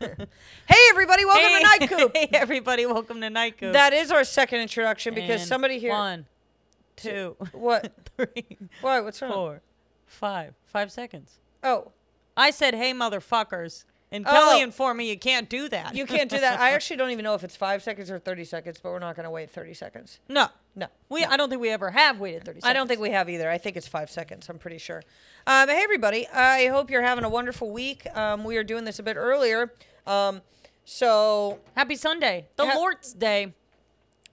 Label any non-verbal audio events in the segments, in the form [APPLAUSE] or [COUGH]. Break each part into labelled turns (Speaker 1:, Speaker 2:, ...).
Speaker 1: Hey, everybody, welcome to Night [LAUGHS] Coop.
Speaker 2: Hey, [LAUGHS] everybody, welcome to Night Coop.
Speaker 1: That is our second introduction because
Speaker 2: And
Speaker 1: somebody here.
Speaker 2: One, two,
Speaker 1: What?
Speaker 2: [LAUGHS]
Speaker 1: [LAUGHS]
Speaker 2: three,
Speaker 1: Why? What's wrong?
Speaker 2: four, five. Five seconds.
Speaker 1: Oh,
Speaker 2: I said, hey, motherfuckers. And
Speaker 1: Oh.
Speaker 2: Kelly informed me you can't do that.
Speaker 1: you can't do [LAUGHS] that. I actually don't even know if it's five seconds or 30 seconds, but we're not going to wait 30 seconds.
Speaker 2: [LAUGHS] no.
Speaker 1: No.
Speaker 2: We, I don't think we ever have waited 30 seconds.
Speaker 1: I don't think we have either. I think it's five seconds. I'm pretty sure. Um, hey, everybody. I hope you're having a wonderful week. Um, we are doing this a bit earlier. Um, so,
Speaker 2: Happy Sunday, the
Speaker 1: Ha-
Speaker 2: Lord's Day.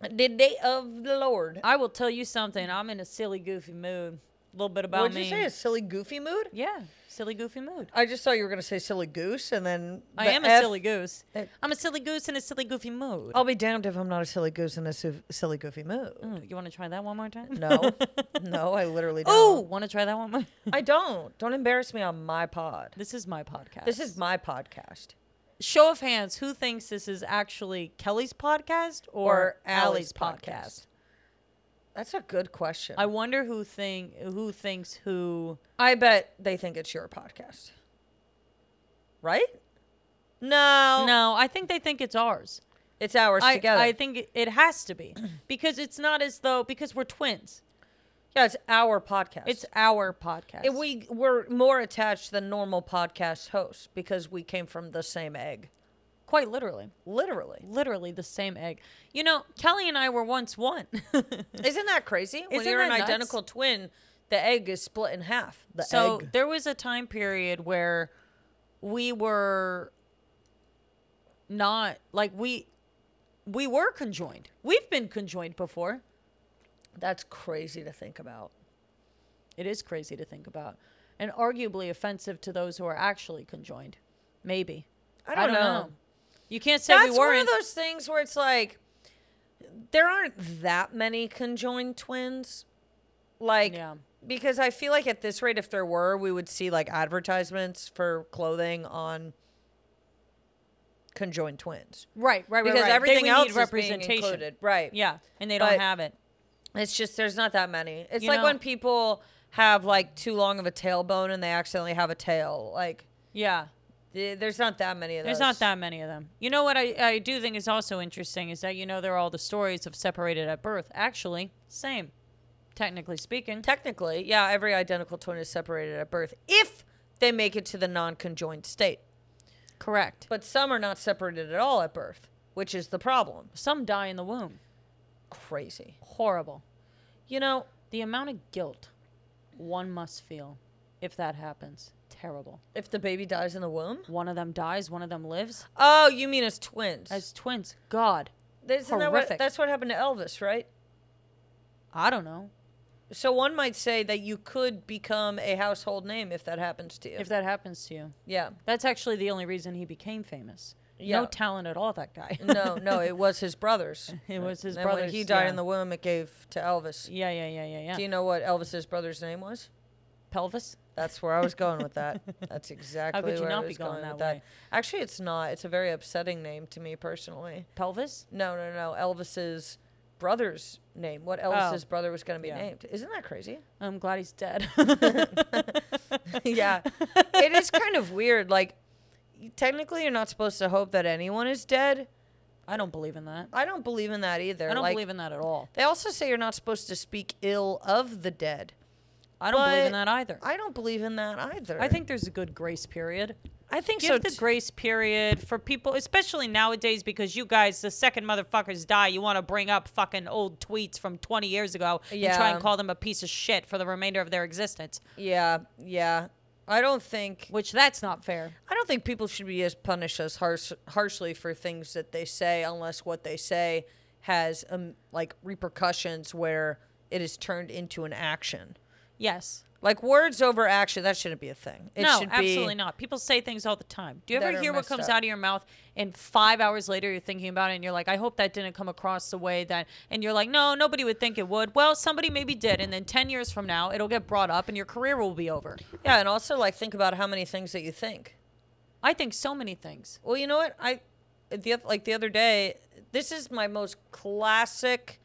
Speaker 1: the day of the Lord.
Speaker 2: I will tell you something. I'm in a silly, goofy mood. A little bit about
Speaker 1: What'd
Speaker 2: me.
Speaker 1: you say? A silly, goofy mood?
Speaker 2: Yeah, silly, goofy mood.
Speaker 1: I just thought you were going to say silly goose, and then
Speaker 2: I
Speaker 1: the
Speaker 2: am a
Speaker 1: F-
Speaker 2: silly goose.
Speaker 1: Uh, Oh.
Speaker 2: I'm a silly goose in a silly, goofy mood.
Speaker 1: I'll be damned if I'm not a silly goose in a su- silly goofy mood.
Speaker 2: Mm, you want to try that one more time?
Speaker 1: [LAUGHS]
Speaker 2: [LAUGHS]
Speaker 1: No, no, I literally
Speaker 2: Ooh,
Speaker 1: don't.
Speaker 2: want to try that one more?
Speaker 1: [LAUGHS] I don't. Don't embarrass me on my pod.
Speaker 2: This is my podcast.
Speaker 1: This is my podcast
Speaker 2: show of hands. Who thinks this is actually Kelly's podcast or, Allie's podcast?
Speaker 1: That's a good question.
Speaker 2: I wonder who think who thinks who.
Speaker 1: I bet they think it's your podcast, right? No,
Speaker 2: No, I think they think it's Oh. ours.
Speaker 1: it's ours
Speaker 2: I,
Speaker 1: together.
Speaker 2: I think it- it has to [CLEARS THROAT] be because it's not as though because we're twins.
Speaker 1: yeah, it's our podcast.
Speaker 2: It's our podcast.
Speaker 1: It- we we're more attached than normal podcast hosts because we came from the same egg,
Speaker 2: quite literally,
Speaker 1: literally.
Speaker 2: literally the same egg. You know, Kelly and I were once one. [LAUGHS]
Speaker 1: Isn't that crazy? when
Speaker 2: Isn't
Speaker 1: you're an
Speaker 2: that nuts?
Speaker 1: identical twin, the egg is split in half. The
Speaker 2: so
Speaker 1: egg.
Speaker 2: there was a time period where we were not like we we were conjoined. We've been conjoined before.
Speaker 1: That's crazy to think about.
Speaker 2: It is crazy to think about and arguably offensive to those who are actually conjoined. Maybe.
Speaker 1: I don't know.
Speaker 2: You can't say
Speaker 1: That's
Speaker 2: we
Speaker 1: one
Speaker 2: weren't.
Speaker 1: of those things where it's like there aren't that many conjoined twins. Like
Speaker 2: Yeah.
Speaker 1: because I feel like at this rate if there were, we would see like advertisements for clothing on conjoined twins.
Speaker 2: right, right, right.
Speaker 1: Because
Speaker 2: right. They
Speaker 1: everything
Speaker 2: would
Speaker 1: else
Speaker 2: need
Speaker 1: is representation. being included. Right.
Speaker 2: Yeah, and they don't
Speaker 1: But-
Speaker 2: have it.
Speaker 1: It's just there's not that many. It's
Speaker 2: You
Speaker 1: like
Speaker 2: know-
Speaker 1: when people have like too long of a tailbone and they accidentally have a tail. Like
Speaker 2: Yeah.
Speaker 1: th- there's not that many of those.
Speaker 2: There's not that many of them. You know what I, I do think is also interesting is that you know there are all the stories of separated at birth. Actually, same, technically speaking.
Speaker 1: Technically, yeah, every identical twin is separated at birth if they make it to the non-conjoined state.
Speaker 2: Correct.
Speaker 1: But some are not separated at all at birth, which is the problem.
Speaker 2: Some die in the womb.
Speaker 1: Crazy.
Speaker 2: Horrible.
Speaker 1: You know,
Speaker 2: The amount of guilt one must feel if that happens. Terrible.
Speaker 1: if the baby dies in the womb?
Speaker 2: One of them dies, one of them lives.
Speaker 1: Oh, you mean as twins.
Speaker 2: As twins, God,
Speaker 1: Isn't that what,
Speaker 2: horrific.
Speaker 1: that's what happened to Elvis, right?
Speaker 2: I don't know
Speaker 1: So one might say that you could become a household name if that happens to you.
Speaker 2: if that happens to you.
Speaker 1: yeah.
Speaker 2: That's actually the only reason he became famous.
Speaker 1: Yeah.
Speaker 2: No talent at all, that guy.
Speaker 1: No, no, it was his brothers.
Speaker 2: [LAUGHS] It was his
Speaker 1: and when
Speaker 2: brothers,
Speaker 1: he died
Speaker 2: yeah.
Speaker 1: in the womb, it gave to Elvis.
Speaker 2: yeah, yeah, yeah, yeah, yeah.
Speaker 1: Do you know what Elvis's brother's name was?
Speaker 2: Pelvis?
Speaker 1: That's where I was going with
Speaker 2: [LAUGHS]
Speaker 1: that. That's exactly
Speaker 2: could you
Speaker 1: where
Speaker 2: not
Speaker 1: I
Speaker 2: be
Speaker 1: was
Speaker 2: going
Speaker 1: going
Speaker 2: that
Speaker 1: with
Speaker 2: way?
Speaker 1: that. Actually, it's not. It's a very upsetting name to me personally.
Speaker 2: Pelvis?
Speaker 1: No, no, no. Elvis's brother's name. What Elvis's brother was going to be
Speaker 2: Oh. Yeah.
Speaker 1: named. Isn't that
Speaker 2: [LAUGHS]
Speaker 1: crazy? [LAUGHS]
Speaker 2: I'm glad he's dead. [LAUGHS]
Speaker 1: yeah. It is kind of weird. Like, you- technically, you're not supposed to hope that anyone is dead.
Speaker 2: I don't believe in that.
Speaker 1: I don't believe in that either.
Speaker 2: I don't
Speaker 1: like,
Speaker 2: believe in that at all.
Speaker 1: They also say you're not supposed to speak ill of the dead.
Speaker 2: I don't believe in
Speaker 1: But
Speaker 2: that either.
Speaker 1: I don't believe in that either.
Speaker 2: I think there's a good grace period.
Speaker 1: I think
Speaker 2: Give
Speaker 1: so.
Speaker 2: the
Speaker 1: t-
Speaker 2: grace period for people, especially nowadays, because you guys, the second motherfuckers die, you want to bring up fucking old tweets from 20 years ago and try
Speaker 1: Yeah.
Speaker 2: and call them a piece of shit for the remainder of their existence,
Speaker 1: yeah, yeah. I don't think
Speaker 2: which that's not fair.
Speaker 1: I don't think people should be as punished as harsh, harshly for things that they say, unless what they say has um, like repercussions where it is turned into an action.
Speaker 2: Yes.
Speaker 1: Like words over action, that shouldn't be a thing. It
Speaker 2: no,
Speaker 1: should be,
Speaker 2: absolutely not. People say things all the time. Do you
Speaker 1: that
Speaker 2: ever
Speaker 1: are
Speaker 2: hear what
Speaker 1: messed
Speaker 2: comes
Speaker 1: up.
Speaker 2: out of your mouth and five hours later you're thinking about it and you're like, I hope that didn't come across the way that, and you're like, no, nobody would think it would. Well, somebody maybe did. And then 10 years from now, it'll get brought up and your career will be over.
Speaker 1: Yeah, and also like think about how many things that you think.
Speaker 2: I think so many things.
Speaker 1: Well, you know what? I the oth- like the other day, this is my most classic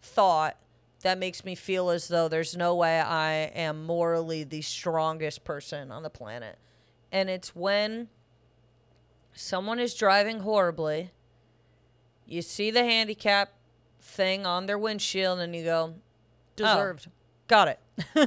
Speaker 1: thought that makes me feel as though there's no way I am morally the strongest person on the planet. And it's when someone is driving horribly, you see the handicap thing on their windshield and you go,
Speaker 2: Oh, Deserved.
Speaker 1: got [LAUGHS] it.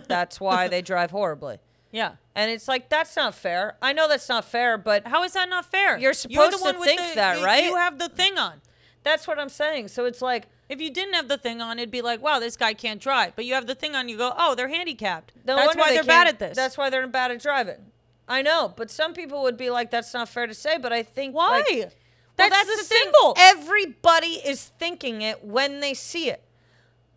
Speaker 1: That's why they drive horribly.
Speaker 2: Yeah.
Speaker 1: And it's like, that's not fair. I know that's not fair, but
Speaker 2: How is that not fair?
Speaker 1: You're supposed to
Speaker 2: with
Speaker 1: think that,
Speaker 2: you-
Speaker 1: right?
Speaker 2: You have the thing on.
Speaker 1: that's what I'm saying. So it's like,
Speaker 2: If you didn't have the thing on, it'd be like, wow, this guy can't drive. But you have the thing on, you go, oh, they're handicapped.
Speaker 1: no
Speaker 2: that's
Speaker 1: wonder
Speaker 2: why
Speaker 1: they
Speaker 2: are bad
Speaker 1: can't-
Speaker 2: at this.
Speaker 1: That's why they're bad at driving. I know, but some people would be like, that's not fair to say, but I think.
Speaker 2: why.
Speaker 1: like,
Speaker 2: that's,
Speaker 1: well,
Speaker 2: the, E-, symbol.
Speaker 1: Thing. Everybody is thinking it when they see it.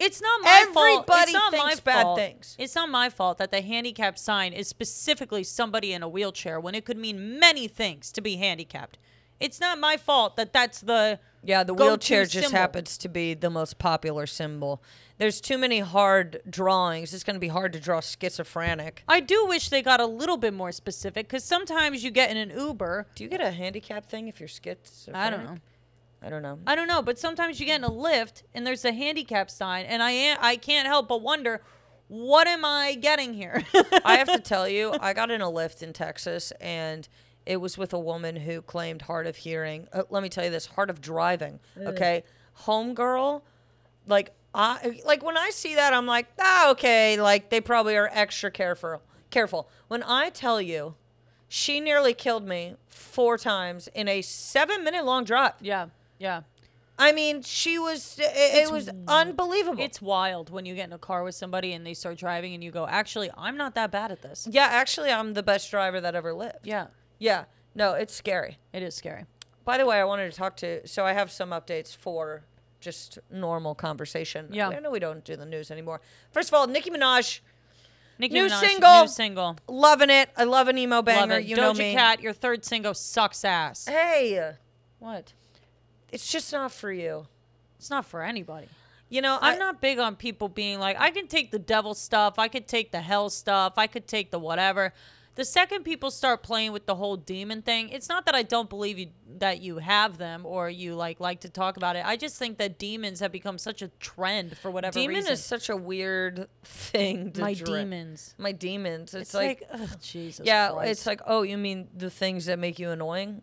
Speaker 2: It's not my fault.
Speaker 1: Everybody
Speaker 2: It's not my
Speaker 1: thinks bad
Speaker 2: fault.
Speaker 1: things.
Speaker 2: It's not my fault that the handicap sign is specifically somebody in a wheelchair when it could mean many things to be handicapped. It's not my fault that that's the
Speaker 1: Yeah, the
Speaker 2: go-to
Speaker 1: wheelchair just
Speaker 2: symbol.
Speaker 1: happens to be the most popular symbol. There's too many hard drawings. It's going to be hard to draw schizophrenic.
Speaker 2: I do wish they got a little bit more specific because sometimes you get in an Uber.
Speaker 1: Do you get a handicap thing if you're schizophrenic?
Speaker 2: I don't know.
Speaker 1: I don't know.
Speaker 2: I don't know, but sometimes you get in a lift and there's a handicap sign, and I am, I can't help but wonder, what am I getting here? [LAUGHS]
Speaker 1: I have to tell you, I got in a lift in Texas and it was with a woman who claimed hard of hearing. Uh, let me tell you this, hard of driving. Okay. Homegirl, like I like when I see that I'm like, ah, okay, like they probably are extra careful careful. When I tell you she nearly killed me four times in a seven minute long drive.
Speaker 2: yeah, yeah.
Speaker 1: I mean, she was, it, it was unbelievable.
Speaker 2: It's wild when you get in a car with somebody and they start driving and you go, actually, I'm not that bad at this.
Speaker 1: yeah, actually, I'm the best driver that ever lived.
Speaker 2: Yeah,
Speaker 1: Yeah. No, it's scary.
Speaker 2: it is scary.
Speaker 1: By the way, I wanted to talk to. So I have some updates for just normal conversation.
Speaker 2: Yeah.
Speaker 1: I know we don't do the news anymore. First of all, Nicki Minaj,
Speaker 2: Nicki
Speaker 1: New
Speaker 2: Minaj,
Speaker 1: single.
Speaker 2: New single.
Speaker 1: loving it. I love an emo
Speaker 2: Love
Speaker 1: banger.
Speaker 2: it.
Speaker 1: You know
Speaker 2: Doja
Speaker 1: me.
Speaker 2: Cat, your third single sucks ass.
Speaker 1: Hey,
Speaker 2: What?
Speaker 1: it's just not for you.
Speaker 2: It's not for anybody.
Speaker 1: You know,
Speaker 2: I'm
Speaker 1: I-
Speaker 2: not big on people being like, I can take the devil stuff, I could take the hell stuff, I could take the whatever. The second people start playing with the whole demon thing, it's not that I don't believe you that you have them or you like like to talk about it. I just think that demons have become such a trend for whatever
Speaker 1: Demon
Speaker 2: reason.
Speaker 1: is such a weird thing to
Speaker 2: my
Speaker 1: dra-
Speaker 2: demons.
Speaker 1: My demons. It's,
Speaker 2: It's
Speaker 1: like,
Speaker 2: like, ugh, Jesus.
Speaker 1: yeah,
Speaker 2: Christ.
Speaker 1: it's like, oh, you mean the things that make you annoying?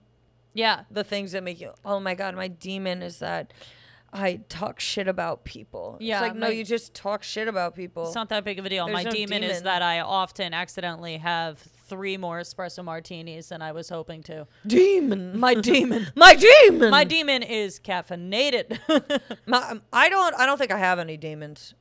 Speaker 2: yeah.
Speaker 1: The things that make you, oh my God, my demon is that I talk shit about people.
Speaker 2: Yeah,
Speaker 1: It's like, no,
Speaker 2: my-
Speaker 1: you just talk shit about people.
Speaker 2: It's not that big of a deal.
Speaker 1: There's
Speaker 2: My
Speaker 1: no
Speaker 2: demon, is
Speaker 1: demon.
Speaker 2: that I often accidentally have three more espresso martinis than I was hoping to.
Speaker 1: demon.
Speaker 2: My demon.
Speaker 1: [LAUGHS] My demon.
Speaker 2: My demon is caffeinated. [LAUGHS]
Speaker 1: My- um, I don't. I don't think I have any demons.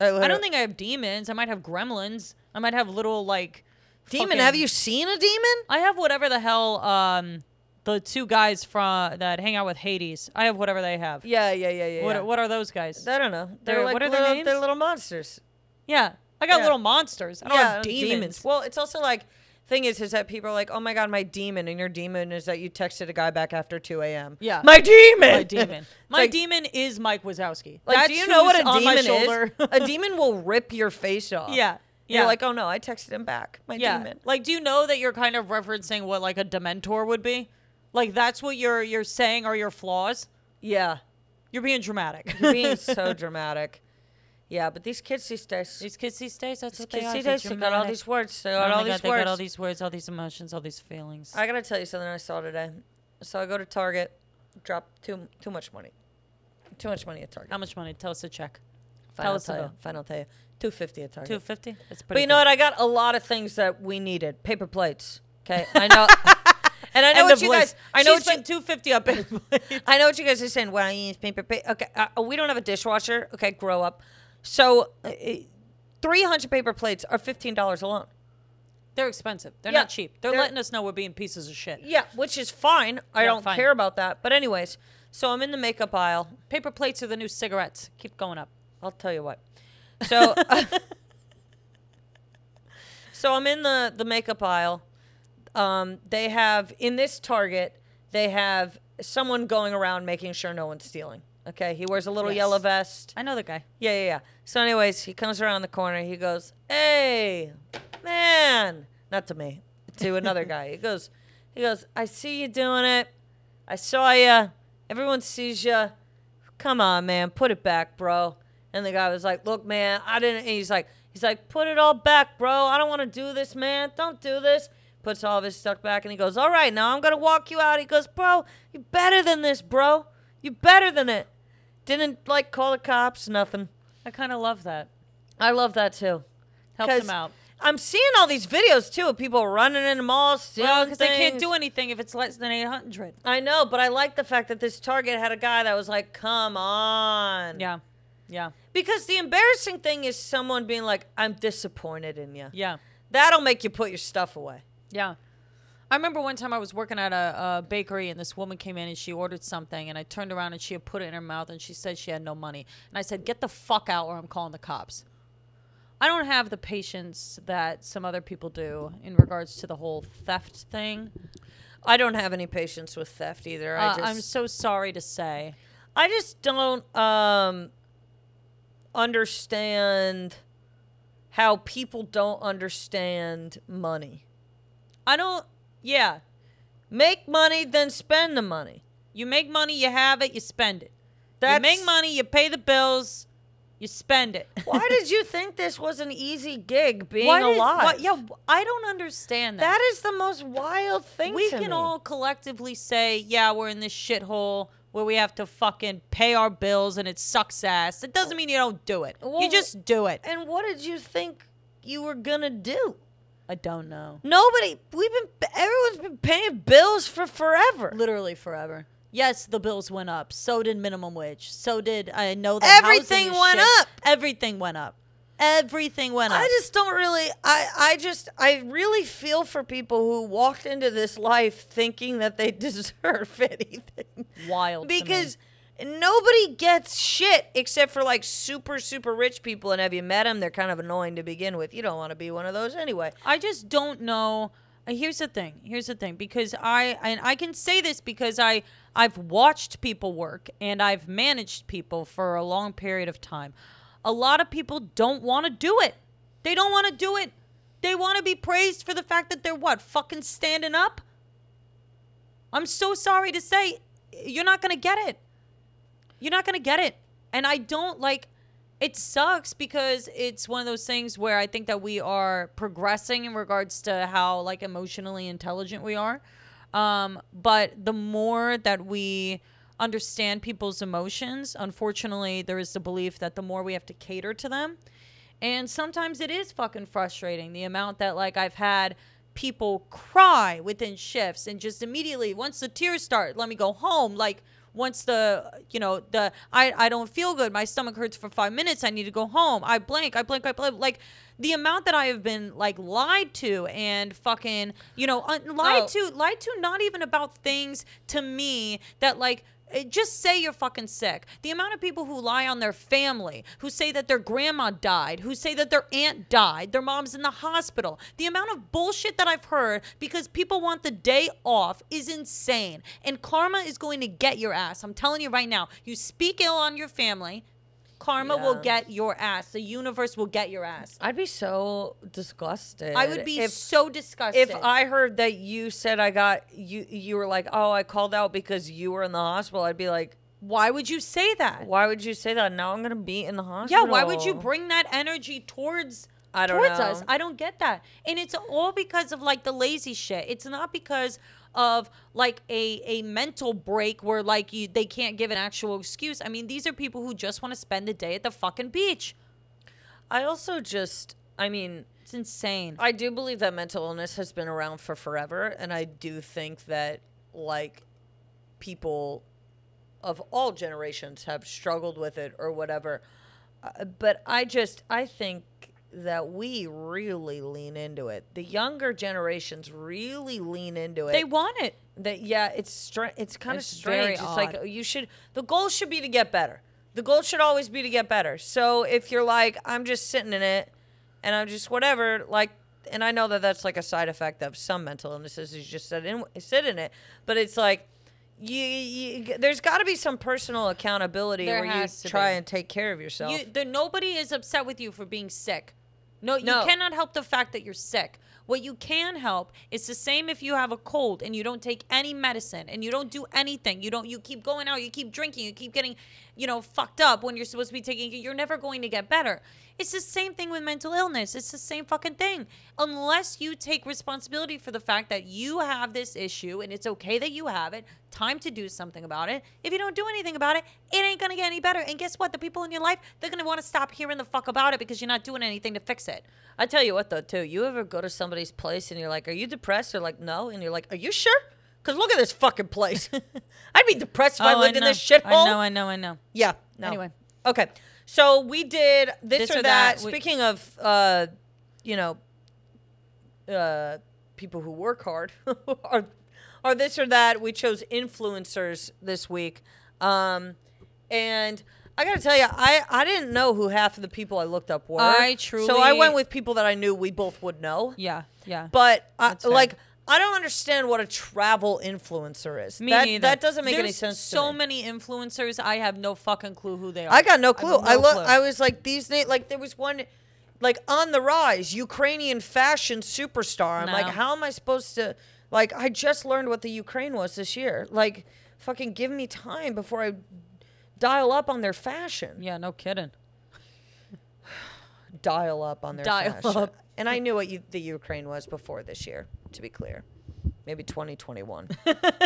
Speaker 1: Uh, I,
Speaker 2: I don't think I have demons. I might have gremlins. I might have little like
Speaker 1: demon.
Speaker 2: fucking-
Speaker 1: Have you seen a demon?
Speaker 2: I have whatever the hell um the two guys from that hang out with Hades. I have whatever they have.
Speaker 1: Yeah, yeah, yeah, yeah. yeah.
Speaker 2: What what are those guys?
Speaker 1: I don't know. They're,
Speaker 2: They're-
Speaker 1: like
Speaker 2: what are their
Speaker 1: little,
Speaker 2: names?
Speaker 1: They're little monsters.
Speaker 2: yeah. I got
Speaker 1: Yeah.
Speaker 2: little monsters. I don't
Speaker 1: yeah,
Speaker 2: have
Speaker 1: I don't-
Speaker 2: demons.
Speaker 1: Well, it's also like thing is is that people are like, oh my god, my demon, and your demon is that you texted a guy back after two a.m.
Speaker 2: Yeah.
Speaker 1: my demon.
Speaker 2: My demon.
Speaker 1: [LAUGHS] It's
Speaker 2: My
Speaker 1: like-
Speaker 2: demon is Mike Wazowski.
Speaker 1: Like,
Speaker 2: That's
Speaker 1: do you know what
Speaker 2: who's
Speaker 1: a
Speaker 2: on my
Speaker 1: demon is?
Speaker 2: shoulder.
Speaker 1: [LAUGHS]
Speaker 2: [LAUGHS]
Speaker 1: a demon will rip your face [LAUGHS] off.
Speaker 2: yeah. Yeah.
Speaker 1: You're like, oh no, I texted him back. My
Speaker 2: yeah.
Speaker 1: demon.
Speaker 2: Like, do you know that you're kind of referencing what like a dementor would be? Like that's what you're you're saying are your flaws.
Speaker 1: Yeah.
Speaker 2: You're being dramatic.
Speaker 1: You're
Speaker 2: [LAUGHS]
Speaker 1: being so dramatic. Yeah, but these kids these days,
Speaker 2: These kids these days, that's what they
Speaker 1: kids
Speaker 2: are.
Speaker 1: these
Speaker 2: They're
Speaker 1: days, they got all
Speaker 2: dramatic.
Speaker 1: these words. They got
Speaker 2: Oh my
Speaker 1: all
Speaker 2: God,
Speaker 1: these
Speaker 2: they
Speaker 1: words.
Speaker 2: got all these words, all these emotions, all these feelings.
Speaker 1: I gotta tell you something I saw today. So I go to Target, drop too too much money, too much money at Target.
Speaker 2: How much money? Tell us a check.
Speaker 1: Fine, I'll
Speaker 2: Um, tell us
Speaker 1: tell you.
Speaker 2: about-
Speaker 1: Fine, I'll tell you. Two fifty at Target.
Speaker 2: Two fifty. It's pretty.
Speaker 1: but you know what?
Speaker 2: good.
Speaker 1: I got a lot of things that we needed. Paper plates. Okay,
Speaker 2: [LAUGHS]
Speaker 1: I know. [LAUGHS] and I know
Speaker 2: End
Speaker 1: what
Speaker 2: of
Speaker 1: you guys.
Speaker 2: list.
Speaker 1: I know
Speaker 2: she
Speaker 1: what you
Speaker 2: spent [LAUGHS] two fifty
Speaker 1: [LAUGHS]
Speaker 2: up. in-
Speaker 1: I know what you guys are saying. Why you use paper? Pa-? Okay, uh, we don't have a dishwasher. Okay, grow up. So, uh, three hundred paper plates are fifteen dollars alone.
Speaker 2: They're expensive. They're
Speaker 1: Yeah,
Speaker 2: not cheap. They're,
Speaker 1: they're-
Speaker 2: letting us know we're being pieces of shit.
Speaker 1: Yeah, which is fine. I
Speaker 2: Yeah,
Speaker 1: don't
Speaker 2: fine.
Speaker 1: care about that. But anyways, so I'm in the makeup aisle.
Speaker 2: Paper plates are the new cigarettes. Keep going up.
Speaker 1: I'll tell you what.
Speaker 2: [LAUGHS]
Speaker 1: So, so I'm in the the makeup aisle. Um, they have in this Target, they have someone going around making sure no one's stealing. Okay, he wears a little
Speaker 2: Yes.
Speaker 1: yellow vest.
Speaker 2: I know the guy.
Speaker 1: Yeah, yeah, yeah. So, anyways, he comes around the corner. He goes, "Hey, man!" Not to me, to another guy. He goes, "He goes, I see you doing it. I saw you. Everyone sees you. Come on, man, put it back, bro." And the guy was like, "Look, man, I didn't." And he's like, "He's like, put it all back, bro. I don't want to do this, man. Don't do this." puts all of his stuff back, and he goes, "All right, now I'm gonna walk you out." He goes, "Bro, you're better than this, bro. You're better than it." Didn't like call the cops, nothing.
Speaker 2: I kind of love that.
Speaker 1: I love that too.
Speaker 2: Helps
Speaker 1: 'Cause
Speaker 2: them out.
Speaker 1: I'm seeing all these videos too of people running in the malls, stealing
Speaker 2: Well, because they can't
Speaker 1: things.
Speaker 2: do anything if it's less than 800.
Speaker 1: I know, but I like the fact that this Target had a guy that was like, "Come on."
Speaker 2: Yeah. Yeah.
Speaker 1: Because the embarrassing thing is someone being like, "I'm disappointed in you."
Speaker 2: Yeah.
Speaker 1: That'll make you put your stuff away.
Speaker 2: Yeah. I remember one time I was working at a, a bakery and this woman came in and she ordered something and I turned around and she had put it in her mouth and she said she had no money. And I said, Get the fuck out or I'm calling the cops. I don't have the patience that some other people do in regards to the whole theft thing.
Speaker 1: I don't have any patience with theft either. I
Speaker 2: Uh,
Speaker 1: just
Speaker 2: I'm so sorry to say.
Speaker 1: I just don't um, understand how people don't understand money.
Speaker 2: I don't, yeah.
Speaker 1: Make money, then spend the money.
Speaker 2: You make money, you have it, you spend it.
Speaker 1: That's-
Speaker 2: you make money, you pay the bills, you spend it. [LAUGHS]
Speaker 1: Why did you think this was an easy gig being
Speaker 2: Why did-
Speaker 1: alive?
Speaker 2: why- yeah, I don't understand that.
Speaker 1: that is the most wild thing.
Speaker 2: we
Speaker 1: to
Speaker 2: can
Speaker 1: me.
Speaker 2: all collectively say, yeah, we're in this shithole where we have to fucking pay our bills and it sucks ass. It doesn't mean you don't do it.
Speaker 1: Well-
Speaker 2: you just do it.
Speaker 1: And what did you think you were gonna do?
Speaker 2: I don't know.
Speaker 1: Nobody. We've been. Everyone's been paying bills for forever.
Speaker 2: Literally forever. Yes, the bills went up. So did minimum wage. So did I know that housing
Speaker 1: Everything
Speaker 2: is
Speaker 1: went
Speaker 2: shit.
Speaker 1: up.
Speaker 2: Everything went up. Everything went up.
Speaker 1: I just don't really I I just I really feel for people who walked into this life thinking that they [LAUGHS] deserve anything
Speaker 2: wild to me.
Speaker 1: because nobody gets shit except for like super super rich people and have you met them they're kind of annoying to begin with. You don't want to be one of those anyway.
Speaker 2: I just don't know. Uh, Here's the thing. Here's the thing because I and I can say this because I I've watched people work and I've managed people for a long period of time. A lot of people don't want to do it. They don't want to do it. They want to be praised for the fact that they're what fucking standing up. I'm so sorry to say, you're not gonna get it. You're not gonna get it. And I don't like it sucks because it's one of those things where I think that we are progressing in regards to how like emotionally intelligent we are. Um, but the more that we understand people's emotions, unfortunately, there is the belief that the more we have to cater to them. And sometimes it is fucking frustrating the amount that like I've had people cry within shifts and just immediately once the tears start, let me go home. Like once the you know the I I don't feel good, my stomach hurts for five minutes. I need to go home. I blank. I blank. I blank. Like the amount that I have been like lied to and fucking you know un- lied
Speaker 1: Oh.
Speaker 2: to lied to not even about things to me that like eh, just say you're fucking sick. The amount of people who lie on their family, who say that their grandma died, who say that their aunt died, their mom's in the hospital. The amount of bullshit that I've heard because people want the day off is insane. And karma is going to get your ass. I'm telling you right now. You speak ill on your family, karma will
Speaker 1: Yeah.
Speaker 2: get your ass. The universe will get your ass.
Speaker 1: I'd be so disgusted.
Speaker 2: I would be
Speaker 1: if
Speaker 2: so disgusted.
Speaker 1: if I heard that you said I got you you were like, "Oh, I called out because you were in the hospital." I'd be like,
Speaker 2: why would you say that?
Speaker 1: "Why would you say that? Now I'm going to be in the hospital."
Speaker 2: Yeah, why would you bring that energy towards
Speaker 1: I don't
Speaker 2: towards us?
Speaker 1: know.
Speaker 2: I don't get that. And it's all because of like the lazy shit. It's not because of like a a mental break where like you they can't give an actual excuse. I mean, these are people who just want to spend the day at the fucking beach.
Speaker 1: I also just, I mean,
Speaker 2: It's insane.
Speaker 1: I do believe that mental illness has been around for forever. And I do think that, like, people of all generations have struggled with it or whatever. Uh, but I just, I think that we really lean into it. The younger generations really lean into it.
Speaker 2: they want it.
Speaker 1: that yeah, it's str- it's kind of
Speaker 2: It's very
Speaker 1: strange. It's like
Speaker 2: odd.
Speaker 1: you should the goal should be to get better. The goal should always be to get better. So if you're like I'm just sitting in it and I'm just whatever like and I know that that's like a side effect of some mental illnesses is just sit in sit in it, but it's like you, you there's got to be some personal accountability
Speaker 2: There
Speaker 1: where you
Speaker 2: has to
Speaker 1: try
Speaker 2: be.
Speaker 1: and take care of yourself.
Speaker 2: You, the, nobody is upset with you for being sick. No, you
Speaker 1: No.
Speaker 2: cannot help the fact that you're sick. What you can help is the same if you have a cold and you don't take any medicine and you don't do anything. You don't. You keep going out. You keep drinking. You keep getting, you know, fucked up when you're supposed to be taking. You're never going to get better. It's the same thing with mental illness. It's the same fucking thing. Unless you take responsibility for the fact that you have this issue and it's okay that you have it, time to do something about it. If you don't do anything about it, it ain't gonna get any better. And guess what? The people in your life, they're gonna wanna stop hearing the fuck about it because you're not doing anything to fix it.
Speaker 1: I tell you what, though, too. You ever go to somebody's place and you're like, "Are you depressed?" They're like, "No," and you're like, "Are you sure?" Because look at this fucking place. [LAUGHS] I'd be depressed if I lived in this shithole.
Speaker 2: Oh, I know, I know, I know.
Speaker 1: Yeah. No.
Speaker 2: Anyway.
Speaker 1: Okay. So we did this,
Speaker 2: This
Speaker 1: or,
Speaker 2: or
Speaker 1: that.
Speaker 2: that, we-
Speaker 1: Speaking of, uh, you know, uh, people who work hard, [LAUGHS] or, or this or that, we chose influencers this week. Um, and I got to tell you, I, I didn't know who half of the people I looked up were.
Speaker 2: I
Speaker 1: So I
Speaker 2: truly-
Speaker 1: went with people that I knew we both would know.
Speaker 2: Yeah, yeah.
Speaker 1: But I,
Speaker 2: That's fair.
Speaker 1: like, I don't understand what a travel influencer is.
Speaker 2: Me
Speaker 1: that,
Speaker 2: neither.
Speaker 1: that doesn't make any
Speaker 2: There's
Speaker 1: sense. to
Speaker 2: So
Speaker 1: me.
Speaker 2: many influencers, I have no fucking clue who they are.
Speaker 1: I got no
Speaker 2: have
Speaker 1: clue. I look.
Speaker 2: clue.
Speaker 1: I was like these names. Like there was one, like on the rise, Ukrainian fashion superstar. I'm like,
Speaker 2: No.
Speaker 1: how am I supposed to? Like I just learned what the Ukraine was this year. Like, fucking give me time before I dial up on their fashion.
Speaker 2: Yeah,
Speaker 1: [LAUGHS]
Speaker 2: no kidding.
Speaker 1: Dial up on their
Speaker 2: Dial
Speaker 1: fashion.
Speaker 2: up.
Speaker 1: [LAUGHS] And I knew what you, the Ukraine was before this year. To be clear, maybe
Speaker 2: [LAUGHS]
Speaker 1: 2021. Look, if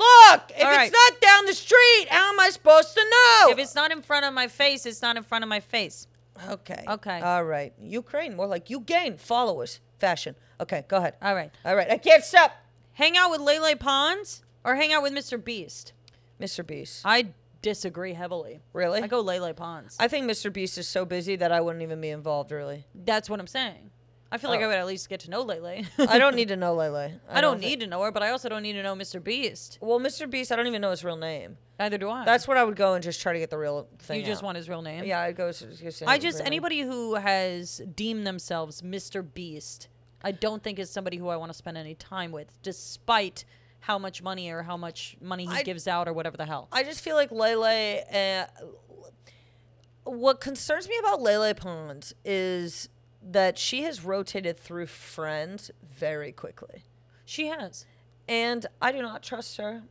Speaker 2: All
Speaker 1: it's
Speaker 2: right.
Speaker 1: not down the street, how am I supposed to know?
Speaker 2: If it's not in front of my face, it's not in front of my face.
Speaker 1: Okay.
Speaker 2: Okay.
Speaker 1: All right. Ukraine, more like Ukraine followers, fashion. Okay, go ahead.
Speaker 2: All right.
Speaker 1: All right. I can't stop.
Speaker 2: Hang out with Lele Pons or hang out with Mr. Beast?
Speaker 1: Mr. Beast.
Speaker 2: I disagree heavily.
Speaker 1: Really?
Speaker 2: I go Lele Pons.
Speaker 1: I think Mr. Beast is so busy that I wouldn't even be involved, really.
Speaker 2: That's what I'm saying. I feel like
Speaker 1: Oh.
Speaker 2: I would at least get to know Lele.
Speaker 1: I don't need to know Lele.
Speaker 2: [LAUGHS] I, don't
Speaker 1: thi-
Speaker 2: need to know her, but I also don't need to know Mr. Beast.
Speaker 1: Well, Mr. Beast, I don't even know his real name.
Speaker 2: Neither do I.
Speaker 1: That's what I would go and just try to get the real thing.
Speaker 2: you just
Speaker 1: out.
Speaker 2: want his real name.
Speaker 1: Yeah, I'd go. s- Just
Speaker 2: I just
Speaker 1: anybody.
Speaker 2: anybody who has deemed themselves Mr. Beast, I don't think is somebody who I want to spend any time with, despite how much money or how much money he
Speaker 1: I-
Speaker 2: gives out or whatever the hell.
Speaker 1: I just feel like Lele. Uh, what concerns me about Lele Pons is that she has rotated through friends very quickly,
Speaker 2: She has.
Speaker 1: and I do not trust her.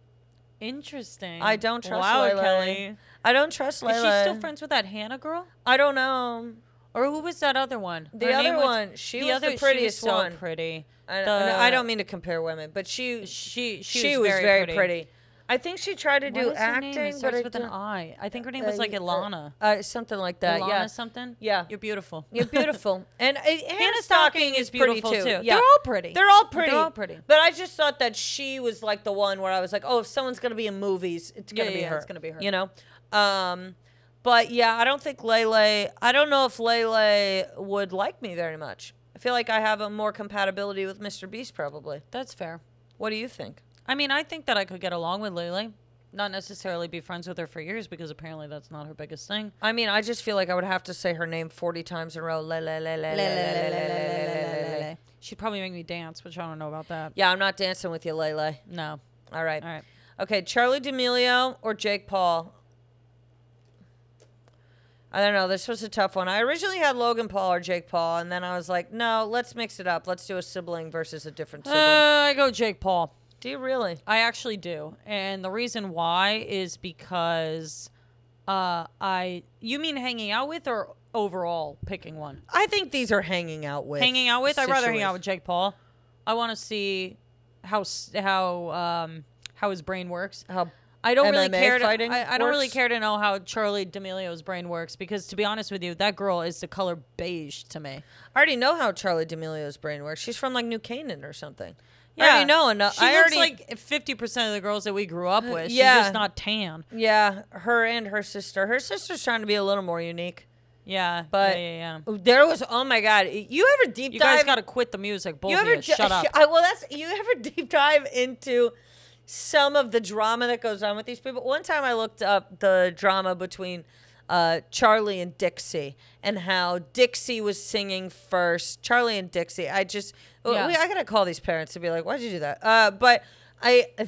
Speaker 2: Interesting.
Speaker 1: I don't trust
Speaker 2: wow,
Speaker 1: Lele.
Speaker 2: Kelly.
Speaker 1: I don't trust Lele.
Speaker 2: Is she still friends with that Hannah girl?
Speaker 1: I don't know.
Speaker 2: Or who was that other one?
Speaker 1: The
Speaker 2: Her
Speaker 1: other
Speaker 2: name was-
Speaker 1: one, she was the
Speaker 2: other,
Speaker 1: prettiest
Speaker 2: she was so
Speaker 1: one.
Speaker 2: pretty.
Speaker 1: I,
Speaker 2: The-
Speaker 1: I don't mean to compare women, but she she,
Speaker 2: She she,
Speaker 1: was, very,
Speaker 2: pretty.
Speaker 1: pretty. I think she tried to
Speaker 2: What
Speaker 1: do
Speaker 2: is her
Speaker 1: acting,
Speaker 2: name? It
Speaker 1: but
Speaker 2: starts
Speaker 1: I
Speaker 2: with an
Speaker 1: don't-
Speaker 2: I. I think her name was like
Speaker 1: uh,
Speaker 2: Ilana.
Speaker 1: uh, uh, something like that.
Speaker 2: Ilana
Speaker 1: yeah,
Speaker 2: something.
Speaker 1: Yeah.
Speaker 2: you're beautiful.
Speaker 1: You're
Speaker 2: [LAUGHS]
Speaker 1: beautiful. And uh, Hannah,
Speaker 2: Hannah
Speaker 1: Stocking,
Speaker 2: Stocking
Speaker 1: is
Speaker 2: is
Speaker 1: pretty
Speaker 2: beautiful,
Speaker 1: too.
Speaker 2: too.
Speaker 1: Yeah.
Speaker 2: They're all pretty.
Speaker 1: They're all pretty.
Speaker 2: all pretty.
Speaker 1: But I just thought that she was like the one where I was like, oh, if someone's gonna be in movies, it's
Speaker 2: Yeah,
Speaker 1: gonna be
Speaker 2: yeah, yeah,
Speaker 1: her.
Speaker 2: it's gonna be her.
Speaker 1: You know. Um, but yeah, I don't think Lele. I don't know if Lele would like me very much. I feel like I have a more compatibility with Mr. Beast probably.
Speaker 2: That's fair.
Speaker 1: What do you think?
Speaker 2: I mean, I think that I could get along with Lele. Not necessarily be friends with her for years because apparently that's not her biggest thing.
Speaker 1: I mean, I just feel like I would have to say her name forty times in a row. Lele, Lele, Lele, Lele, Lele, Lele, Lele.
Speaker 2: She'd probably make me dance, which I don't know about that.
Speaker 1: Yeah, I'm not dancing with you, Lele.
Speaker 2: No.
Speaker 1: All right.
Speaker 2: All right.
Speaker 1: Okay, Charlie D'Amelio or Jake Paul? I don't know. This was a tough one. I originally had Logan Paul or Jake Paul, and then I was like, no, let's mix it up. Let's do a sibling versus a different
Speaker 2: Uh,
Speaker 1: sibling.
Speaker 2: I go Jake Paul.
Speaker 1: do you really?
Speaker 2: I actually do. And the reason why is because uh I you mean hanging out with or overall picking one?
Speaker 1: I think these are hanging out with.
Speaker 2: hanging out with. I'd rather hang out with
Speaker 1: situations.
Speaker 2: Jake Paul. I want to see how s- how um how his brain works.
Speaker 1: How
Speaker 2: I don't really
Speaker 1: MMA
Speaker 2: care. To,
Speaker 1: fighting
Speaker 2: I, I don't really
Speaker 1: works?
Speaker 2: care to know how Charlie D'Amelio's brain works because, to be honest with you, that girl is the color beige to me.
Speaker 1: I already know how Charlie D'Amelio's brain works. She's from like New Canaan or something.
Speaker 2: Yeah,
Speaker 1: I already know enough.
Speaker 2: She
Speaker 1: I
Speaker 2: looks
Speaker 1: already
Speaker 2: like fifty percent of the girls that we grew up with.
Speaker 1: yeah.
Speaker 2: she's just not tan.
Speaker 1: yeah, her and her sister. Her sister's trying to be a little more unique.
Speaker 2: Yeah,
Speaker 1: But-
Speaker 2: yeah, yeah. yeah.
Speaker 1: There was oh my god, you ever deep
Speaker 2: You guys
Speaker 1: dive
Speaker 2: got to quit the music. Both
Speaker 1: You
Speaker 2: of
Speaker 1: ever
Speaker 2: you.
Speaker 1: ju-
Speaker 2: shut up.
Speaker 1: [LAUGHS] I, well, that's you ever [LAUGHS] deep dive into some of the drama that goes on with these people. One time, I looked up the drama between uh, Charlie and Dixie and how Dixie was singing first. Charlie and Dixie. I just
Speaker 2: Yeah.
Speaker 1: we, I gotta call these parents and be like, why'd you do that? Uh, but I [LAUGHS]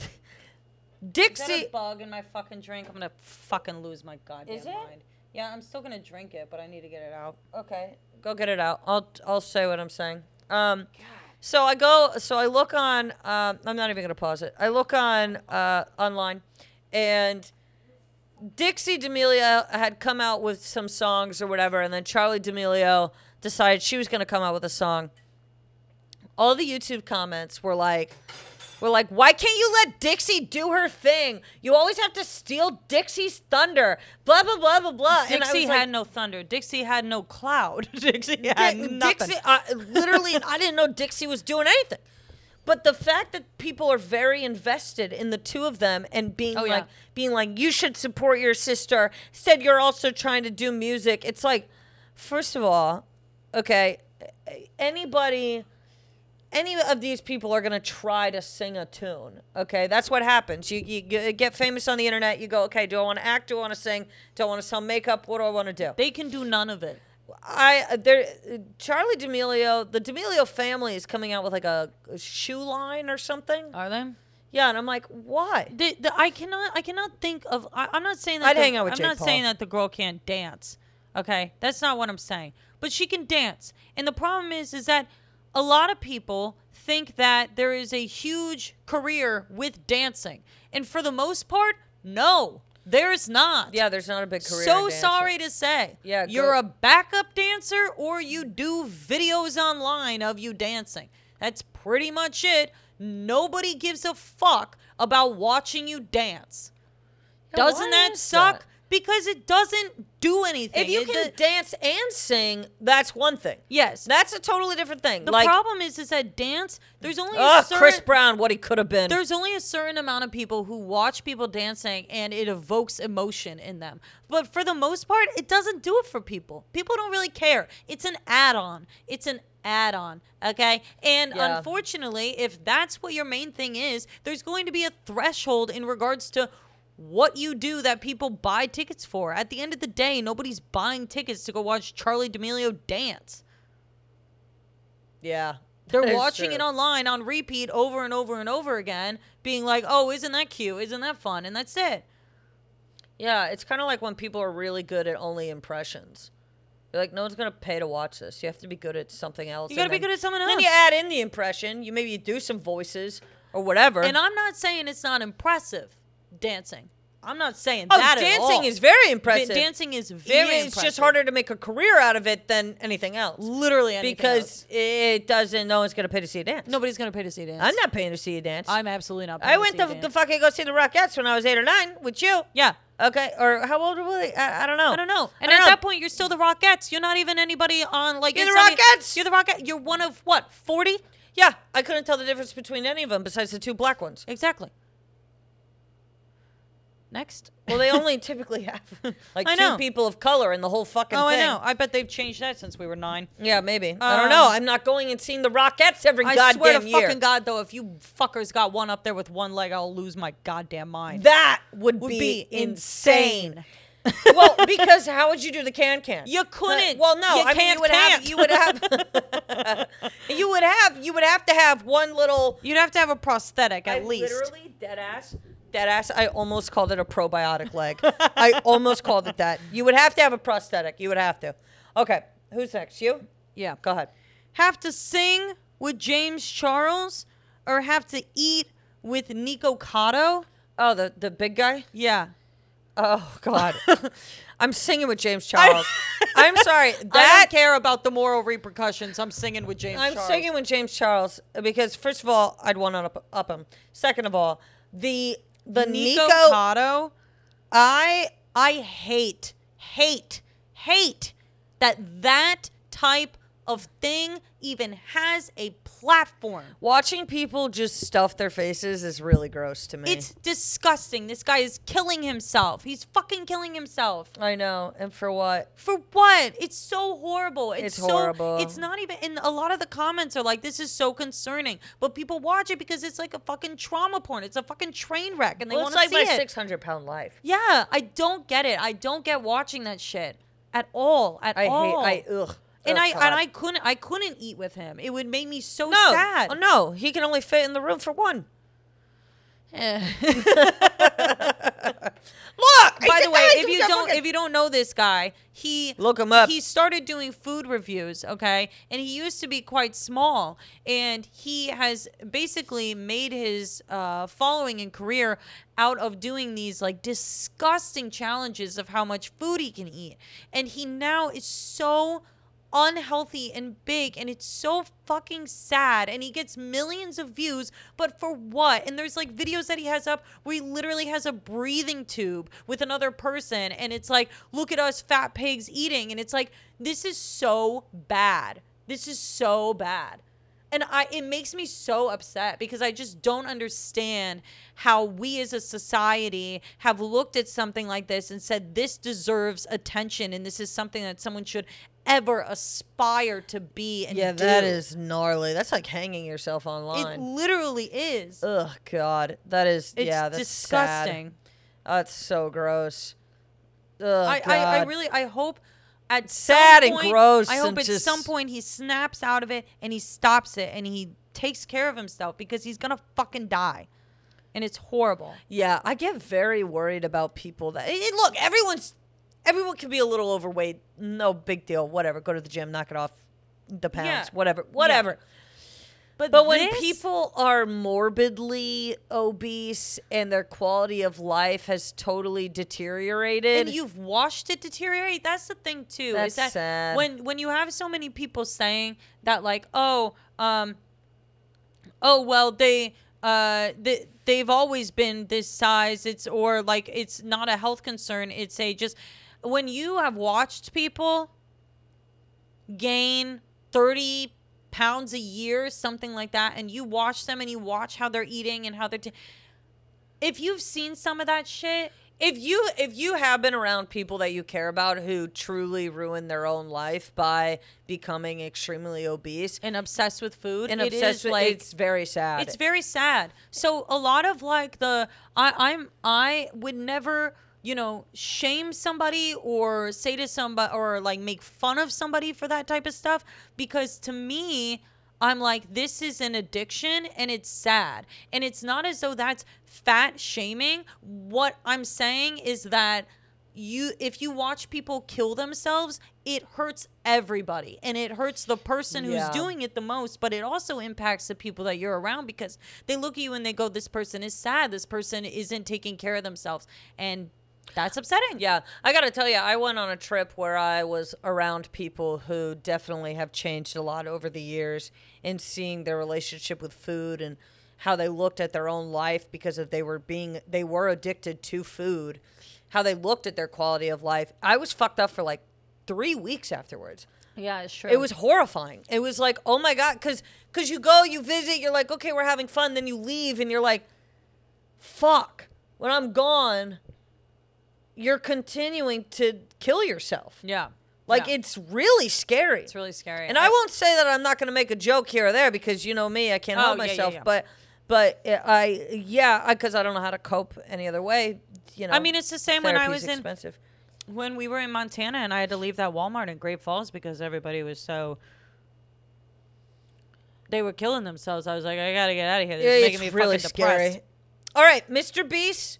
Speaker 2: Is that
Speaker 1: Dixie.
Speaker 2: a bug in my fucking drink? I'm gonna fucking lose my goddamn
Speaker 1: Is it?
Speaker 2: mind. Yeah, I'm still gonna drink it, but I need to get it out.
Speaker 1: Okay, go get it out. I'll I'll say what I'm saying. Um, so I go. So I look on. Um, I'm not even gonna pause it. I look on uh, online, and Dixie D'Amelio had come out with some songs or whatever, and then Charlie D'Amelio decided she was going to come out with a song. All the YouTube comments were like, "Were like, why can't you let Dixie do her thing? You always have to steal Dixie's thunder." Blah blah blah blah blah. Uh, And I
Speaker 2: Dixie
Speaker 1: was
Speaker 2: had
Speaker 1: like,
Speaker 2: no thunder. Dixie had no cloud. [LAUGHS] Dixie had
Speaker 1: Di-
Speaker 2: nothing.
Speaker 1: Dixie, I, literally, I didn't know Dixie was doing anything. But the fact that people are very invested in the two of them and being
Speaker 2: Oh, yeah.
Speaker 1: like, being like, you should support your sister. Said you're also trying to do music. It's like, first of all, okay, anybody, any of these people are gonna try to sing a tune. Okay, that's what happens. You you g- get famous on the internet. You go, okay, do I want to act? Do I want to sing? Do I want to sell makeup? What do I want to do?
Speaker 2: They can do none of it.
Speaker 1: I uh, there Charlie D'Amelio, the D'Amelio family is coming out with like a, a shoe line or something.
Speaker 2: Are they?
Speaker 1: Yeah, and I'm like, why?
Speaker 2: The, the, I cannot. I cannot think of. I, I'm not saying that.
Speaker 1: I'd
Speaker 2: the-
Speaker 1: hang out with
Speaker 2: I'm
Speaker 1: Jake
Speaker 2: not
Speaker 1: Paul.
Speaker 2: saying that the girl can't dance. Okay, that's not what I'm saying. But she can dance, and the problem is, is that a lot of people think that there is a huge career with dancing, and for the most part, no, there's not.
Speaker 1: Yeah, there's not a big career.
Speaker 2: so
Speaker 1: in dancing.
Speaker 2: sorry to say.
Speaker 1: Yeah, go-
Speaker 2: You're a backup dancer or you do videos online of you dancing. That's pretty much it. Nobody gives a fuck about watching you dance.
Speaker 1: Yeah,
Speaker 2: doesn't
Speaker 1: why
Speaker 2: that
Speaker 1: is
Speaker 2: suck?
Speaker 1: that?
Speaker 2: Because it doesn't do anything.
Speaker 1: If you
Speaker 2: It
Speaker 1: can
Speaker 2: do-
Speaker 1: dance and sing, that's one thing.
Speaker 2: yes.
Speaker 1: That's a totally different thing.
Speaker 2: the
Speaker 1: like,
Speaker 2: problem is is that dance, there's only a
Speaker 1: ugh,
Speaker 2: certain
Speaker 1: Chris Brown, what he could have been.
Speaker 2: there's only a certain amount of people who watch people dancing and it evokes emotion in them. But for the most part, it doesn't do it for people. People don't really care. It's an add on. It's an add on. Okay. And
Speaker 1: Yeah.
Speaker 2: unfortunately, if that's what your main thing is, there's going to be a threshold in regards to what you do that people buy tickets for. At the end of the day, nobody's buying tickets to go watch Charlie D'Amelio dance.
Speaker 1: yeah,
Speaker 2: They're
Speaker 1: that is
Speaker 2: watching
Speaker 1: true.
Speaker 2: it online on repeat over and over and over again, being like, "Oh, isn't that cute? Isn't that fun?" And that's it.
Speaker 1: Yeah, it's kind of like when people are really good at only impressions. You're like, no one's gonna pay to watch this. You have to be good at something else.
Speaker 2: You gotta
Speaker 1: and
Speaker 2: be
Speaker 1: then-
Speaker 2: good at something
Speaker 1: Then
Speaker 2: else.
Speaker 1: you add in the impression. You maybe do some voices or whatever.
Speaker 2: And oh, I'm not saying it's not impressive dancing. I'm not saying
Speaker 1: Oh,
Speaker 2: that at all.
Speaker 1: dancing is very
Speaker 2: Da-
Speaker 1: impressive.
Speaker 2: dancing is very.
Speaker 1: Yeah, It's just
Speaker 2: impressive.
Speaker 1: harder to make a career out of it than anything else.
Speaker 2: literally anything else.
Speaker 1: because it doesn't. No one's gonna pay to see a dance.
Speaker 2: nobody's gonna pay to see a dance.
Speaker 1: I'm not paying to see a dance.
Speaker 2: I'm absolutely not. Paying
Speaker 1: I went
Speaker 2: to,
Speaker 1: to,
Speaker 2: see a
Speaker 1: to
Speaker 2: dance.
Speaker 1: fucking go see the Rockettes when I was eight or nine with you.
Speaker 2: yeah.
Speaker 1: Okay, or how old were they? I, I don't know.
Speaker 2: I don't know. And
Speaker 1: don't
Speaker 2: at
Speaker 1: know.
Speaker 2: that point, you're still the Rockettes. You're not even anybody on like.
Speaker 1: You're
Speaker 2: in
Speaker 1: the
Speaker 2: some-
Speaker 1: Rockettes!
Speaker 2: You're the Rockette. You're one of what? Forty?
Speaker 1: yeah, I couldn't tell the difference between any of them besides the two black ones.
Speaker 2: Exactly. Next.
Speaker 1: Well, they
Speaker 2: [LAUGHS]
Speaker 1: only typically have like
Speaker 2: I
Speaker 1: two
Speaker 2: know.
Speaker 1: people of color in the whole fucking
Speaker 2: Oh, I
Speaker 1: thing.
Speaker 2: know. I bet they've changed that since we were nine.
Speaker 1: Yeah, maybe. I
Speaker 2: Um,
Speaker 1: don't know. I'm not going and seeing the Rockettes every
Speaker 2: I
Speaker 1: goddamn
Speaker 2: swear to
Speaker 1: year.
Speaker 2: fucking God, though, if you fuckers got one up there with one leg, I'll lose my goddamn mind.
Speaker 1: That would,
Speaker 2: Would
Speaker 1: be,
Speaker 2: be
Speaker 1: insane.
Speaker 2: insane. [LAUGHS]
Speaker 1: well, because how would you do the can can?
Speaker 2: You couldn't.
Speaker 1: well, no.
Speaker 2: You
Speaker 1: I mean,
Speaker 2: can't,
Speaker 1: you would have.
Speaker 2: can't.
Speaker 1: You would have. [LAUGHS] you would have. You would have to have one little.
Speaker 2: You'd have to have a prosthetic at
Speaker 1: I
Speaker 2: least.
Speaker 1: Literally dead ass. Dead ass. I almost called it a probiotic [LAUGHS] leg. I almost called it that. You would have to have a prosthetic. You would have to. Okay. Who's next? You.
Speaker 2: Yeah.
Speaker 1: Go ahead.
Speaker 2: Have to sing with James Charles or have to eat with Nico Cotto?
Speaker 1: Oh, the the big guy.
Speaker 2: Yeah.
Speaker 1: Oh
Speaker 2: [LAUGHS]
Speaker 1: God. I'm singing with James Charles. I'm sorry.
Speaker 2: I
Speaker 1: That
Speaker 2: don't care about the moral repercussions. I'm singing with James
Speaker 1: I'm
Speaker 2: Charles.
Speaker 1: singing with James Charles because first of all, I'd want to up, up him. Second of all, the the Nico,
Speaker 2: Nico Cotto.
Speaker 1: I
Speaker 2: I hate, hate, hate that that type of thing even has a platform.
Speaker 1: watching people just stuff their faces is really gross to me.
Speaker 2: It's disgusting. This guy is killing himself. He's fucking killing himself.
Speaker 1: I know, and for what?
Speaker 2: For what? It's so horrible. It's,
Speaker 1: It's
Speaker 2: so,
Speaker 1: horrible.
Speaker 2: It's not even. And a lot of the comments are like, "This is so concerning," but people watch it because it's like a fucking trauma porn. It's a fucking train wreck, and they
Speaker 1: Well,
Speaker 2: want
Speaker 1: it's
Speaker 2: to
Speaker 1: like
Speaker 2: see
Speaker 1: my
Speaker 2: it.
Speaker 1: 600 pound life.
Speaker 2: yeah, I don't get it. I don't get watching that shit at all. At
Speaker 1: I
Speaker 2: all.
Speaker 1: hate. I ugh.
Speaker 2: Oh. and
Speaker 1: Ugh,
Speaker 2: I
Speaker 1: God.
Speaker 2: and I couldn't I couldn't eat with him. It would make me so
Speaker 1: no
Speaker 2: sad.
Speaker 1: Oh, no, he can only fit in the room for one.
Speaker 2: Eh.
Speaker 1: Look.
Speaker 2: By
Speaker 1: he
Speaker 2: the way,
Speaker 1: denies
Speaker 2: if you
Speaker 1: himself
Speaker 2: don't
Speaker 1: fucking-
Speaker 2: if you don't know this guy, he
Speaker 1: Look him up.
Speaker 2: He started doing food reviews, okay? And he used to be quite small, and he has basically made his uh, following and career out of doing these like disgusting challenges of how much food he can eat, and he now is so unhealthy and big and it's so fucking sad and he gets millions of views but for what and there's like videos that he has up where he literally has a breathing tube with another person and it's like look at us fat pigs eating and it's like this is so bad this is so bad and I it makes me so upset because I just don't understand how we as a society have looked at something like this and said this deserves attention and this is something that someone should ever aspire to be and
Speaker 1: yeah, that
Speaker 2: do.
Speaker 1: is gnarly. That's like hanging yourself
Speaker 2: it
Speaker 1: online.
Speaker 2: literally is.
Speaker 1: Ugh, God, that is
Speaker 2: It's
Speaker 1: yeah, that's sad.
Speaker 2: disgusting.
Speaker 1: That's so gross. Ugh,
Speaker 2: I,
Speaker 1: God.
Speaker 2: I, I really I hope at
Speaker 1: Sad
Speaker 2: some
Speaker 1: and
Speaker 2: point,
Speaker 1: gross
Speaker 2: I hope
Speaker 1: and
Speaker 2: at some
Speaker 1: just-
Speaker 2: point he snaps out of it and he stops it and he takes care of himself because he's gonna fucking die. And it's horrible.
Speaker 1: Yeah, I get very worried about people that and look, everyone's everyone can be a little overweight. No big deal. Whatever. Go to the gym, knock it off the pounds,
Speaker 2: Yeah.
Speaker 1: whatever. Whatever. But when people are morbidly obese and their quality of life has totally deteriorated,
Speaker 2: and you've watched it deteriorate. That's the thing too.
Speaker 1: That's
Speaker 2: is that
Speaker 1: sad.
Speaker 2: when when you have so many people saying that like, oh, um, oh well, they uh, they, they've always been this size. It's or like it's not a health concern. It's a just when you have watched people gain 30 pounds a year, something like that, and you watch them and you watch how they're eating and how they're. T- if you've seen some of that shit,
Speaker 1: if you if you have been around people that you care about who truly ruin their own life by becoming extremely obese
Speaker 2: and obsessed with food
Speaker 1: and
Speaker 2: it
Speaker 1: obsessed
Speaker 2: is,
Speaker 1: with
Speaker 2: like
Speaker 1: it's very sad.
Speaker 2: it's very sad so a lot of like the i i'm i would never you know shame somebody or say to somebody or like make fun of somebody for that type of stuff because to me i'm like this is an addiction and it's sad and it's not as though that's fat shaming what i'm saying is that you if you watch people kill themselves it hurts everybody and it hurts the person who's
Speaker 1: Yeah.
Speaker 2: doing it the most but it also impacts the people that you're around because they look at you and they go this person is sad this person isn't taking care of themselves and that's upsetting
Speaker 1: Yeah, I gotta tell you, I went on a trip where I was around people who definitely have changed a lot over the years in seeing their relationship with food and how they looked at their own life because of they were being they were addicted to food, how they looked at their quality of life. I was fucked up for like three weeks afterwards.
Speaker 2: yeah sure
Speaker 1: It was horrifying. It was like, oh my god, because because you go, you visit, you're like, okay, we're having fun, then you leave, and you're like, fuck. When I'm gone, you're continuing to kill yourself.
Speaker 2: yeah
Speaker 1: Like
Speaker 2: Yeah.
Speaker 1: it's really scary.
Speaker 2: it's really scary
Speaker 1: and I, won't say that I'm not going to make a joke here or there because you know me, I can't
Speaker 2: Oh,
Speaker 1: help
Speaker 2: yeah, yeah,
Speaker 1: myself.
Speaker 2: yeah.
Speaker 1: But but uh, I yeah, because I, don't know how to cope any other way. You know,
Speaker 2: I mean, it's the same when I
Speaker 1: therapy's
Speaker 2: was in-
Speaker 1: expensive.
Speaker 2: when we were in montana and i had to leave that walmart in great falls because everybody was so they were killing themselves i was like i gotta get out of here this is making me fucking depressed
Speaker 1: All right, Mr. Beast,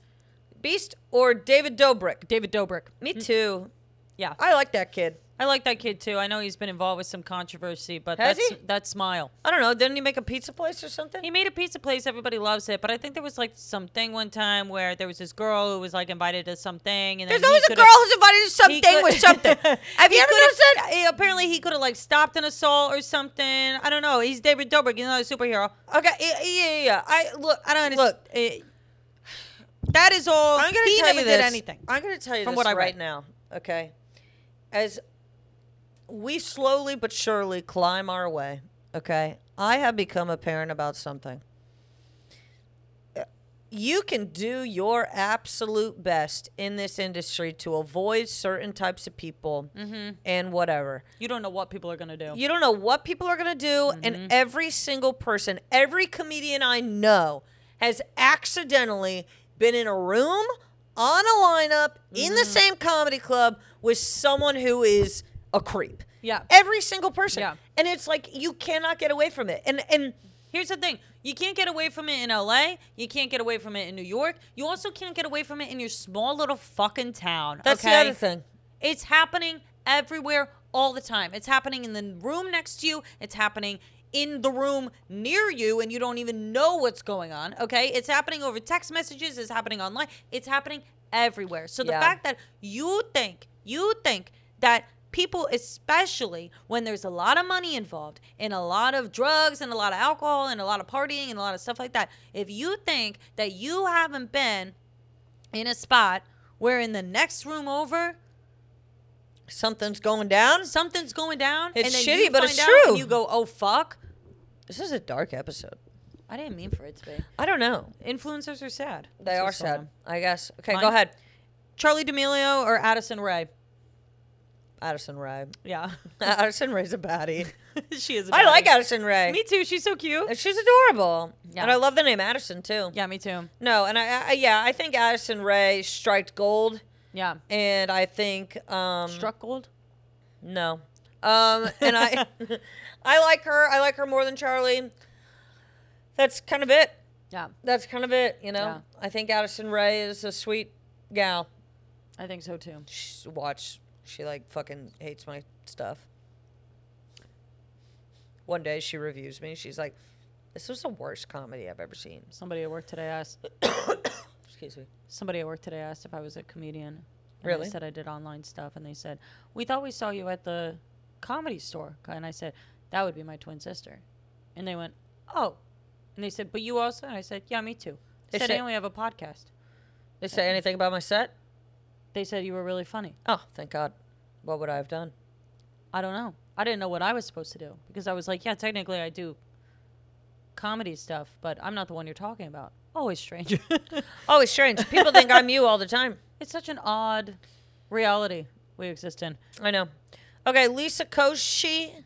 Speaker 1: Beast or David Dobrik?
Speaker 2: david dobrik Mm.
Speaker 1: Me too.
Speaker 2: yeah
Speaker 1: I like that kid.
Speaker 2: I like that kid too. I know he's been involved with some controversy, but
Speaker 1: Has
Speaker 2: that's
Speaker 1: he?
Speaker 2: that smile.
Speaker 1: I don't know. Didn't he make a pizza place or something?
Speaker 2: He made a pizza place, everybody loves it, but I think there was like something one time where there was this girl who was like invited to something and
Speaker 1: There's
Speaker 2: then he
Speaker 1: always a
Speaker 2: coulda-
Speaker 1: girl who's invited to
Speaker 2: he
Speaker 1: something
Speaker 2: could-
Speaker 1: with
Speaker 2: [LAUGHS]
Speaker 1: something. Have
Speaker 2: he
Speaker 1: you ever
Speaker 2: coulda-
Speaker 1: noticed that?
Speaker 2: eh, apparently he could have like stopped an assault or something. I don't know. He's David Dobrik, he's not a superhero.
Speaker 1: Okay, yeah, yeah, yeah, yeah. I look. I don't
Speaker 2: Look,
Speaker 1: understand.
Speaker 2: eh, that is all.
Speaker 1: I'm gonna
Speaker 2: he
Speaker 1: tell
Speaker 2: never
Speaker 1: you
Speaker 2: did
Speaker 1: this.
Speaker 2: anything.
Speaker 1: I'm gonna tell you
Speaker 2: From
Speaker 1: this
Speaker 2: what I
Speaker 1: right
Speaker 2: read.
Speaker 1: now. Okay, as we slowly but surely climb our way. Okay, I have become a parent about something. You can do your absolute best in this industry to avoid certain types of people
Speaker 2: Mm-hmm.
Speaker 1: and whatever.
Speaker 2: You don't know what people are gonna do.
Speaker 1: You don't know what people are going to do.
Speaker 2: Mm-hmm.
Speaker 1: And every single person, every comedian I know has accidentally been in a room, on a lineup, in
Speaker 2: Mm-hmm.
Speaker 1: the same comedy club with someone who is a creep.
Speaker 2: Yeah.
Speaker 1: Every single person.
Speaker 2: Yeah.
Speaker 1: And it's like you cannot get away from it. And and
Speaker 2: Here's the thing. You can't get away from it in LA. You can't get away from it in New York. You also can't get away from it in your small little fucking town.
Speaker 1: That's
Speaker 2: okay?
Speaker 1: the other thing.
Speaker 2: It's happening everywhere all the time. It's happening in the room next to you. It's happening in the room near you and you don't even know what's going on, okay? It's happening over text messages, it's happening online. It's happening everywhere. So the
Speaker 1: Yeah.
Speaker 2: fact that you think, you think that people especially when there's a lot of money involved and a lot of drugs and a lot of alcohol and a lot of partying and a lot of stuff like that, if you think that you haven't been in a spot where in the next room over
Speaker 1: Something's going down.
Speaker 2: something's going down.
Speaker 1: It's
Speaker 2: and then
Speaker 1: shitty,
Speaker 2: you
Speaker 1: but
Speaker 2: find
Speaker 1: it's
Speaker 2: out
Speaker 1: true.
Speaker 2: And you go, oh fuck.
Speaker 1: This is a dark episode.
Speaker 2: I didn't mean for it to be.
Speaker 1: I don't know.
Speaker 2: Influencers are sad.
Speaker 1: They
Speaker 2: That's
Speaker 1: are
Speaker 2: what's going
Speaker 1: sad,
Speaker 2: on.
Speaker 1: I guess. Okay,
Speaker 2: Mine-
Speaker 1: go ahead.
Speaker 2: Charlie D'Amelio or Addison Ray?
Speaker 1: Addison Ray.
Speaker 2: Yeah,
Speaker 1: [LAUGHS]
Speaker 2: [LAUGHS]
Speaker 1: Addison Ray's a baddie.
Speaker 2: she is. a
Speaker 1: I like
Speaker 2: baddie.
Speaker 1: Addison Ray.
Speaker 2: Me too. She's so cute.
Speaker 1: She's adorable.
Speaker 2: Yeah.
Speaker 1: And I love the name Addison too.
Speaker 2: Yeah, me too.
Speaker 1: No, and I, I yeah, I think Addison Ray striked gold
Speaker 2: Yeah.
Speaker 1: and I think um
Speaker 2: Mm. Struck gold.
Speaker 1: no. Um and
Speaker 2: [LAUGHS]
Speaker 1: I [LAUGHS] I like her. I like her more than Charlie. That's kind of it.
Speaker 2: Yeah,
Speaker 1: That's kind of it, you know.
Speaker 2: Yeah.
Speaker 1: I think Addison Ray is a sweet gal.
Speaker 2: I think so too.
Speaker 1: She's, watch, she like fucking hates my stuff. One day she reviews me. She's like, "This was the worst comedy I've ever seen."
Speaker 2: Somebody at work today asked.
Speaker 1: Excuse me.
Speaker 2: Somebody at work today asked if I was a comedian. And I
Speaker 1: Really?
Speaker 2: said I did online stuff, and they said we thought we saw you at the comedy store, and I said that would be my twin sister, and they went, oh, and they said, but you also, and I said, yeah, me too.
Speaker 1: They
Speaker 2: They said
Speaker 1: said-
Speaker 2: I only have a podcast.
Speaker 1: They say anything about my set?
Speaker 2: They said you were really funny.
Speaker 1: Oh, thank God. What would I have
Speaker 2: [LAUGHS]
Speaker 1: done?
Speaker 2: I don't know. I didn't know what I was supposed to do because I was like, yeah, technically I do comedy stuff, but I'm not the one you're talking about. Always strange. [LAUGHS]
Speaker 1: Oh, it's strange. People think I'm you all the time.
Speaker 2: it's such an odd reality we exist in.
Speaker 1: I know. Okay, Lisa Koshy,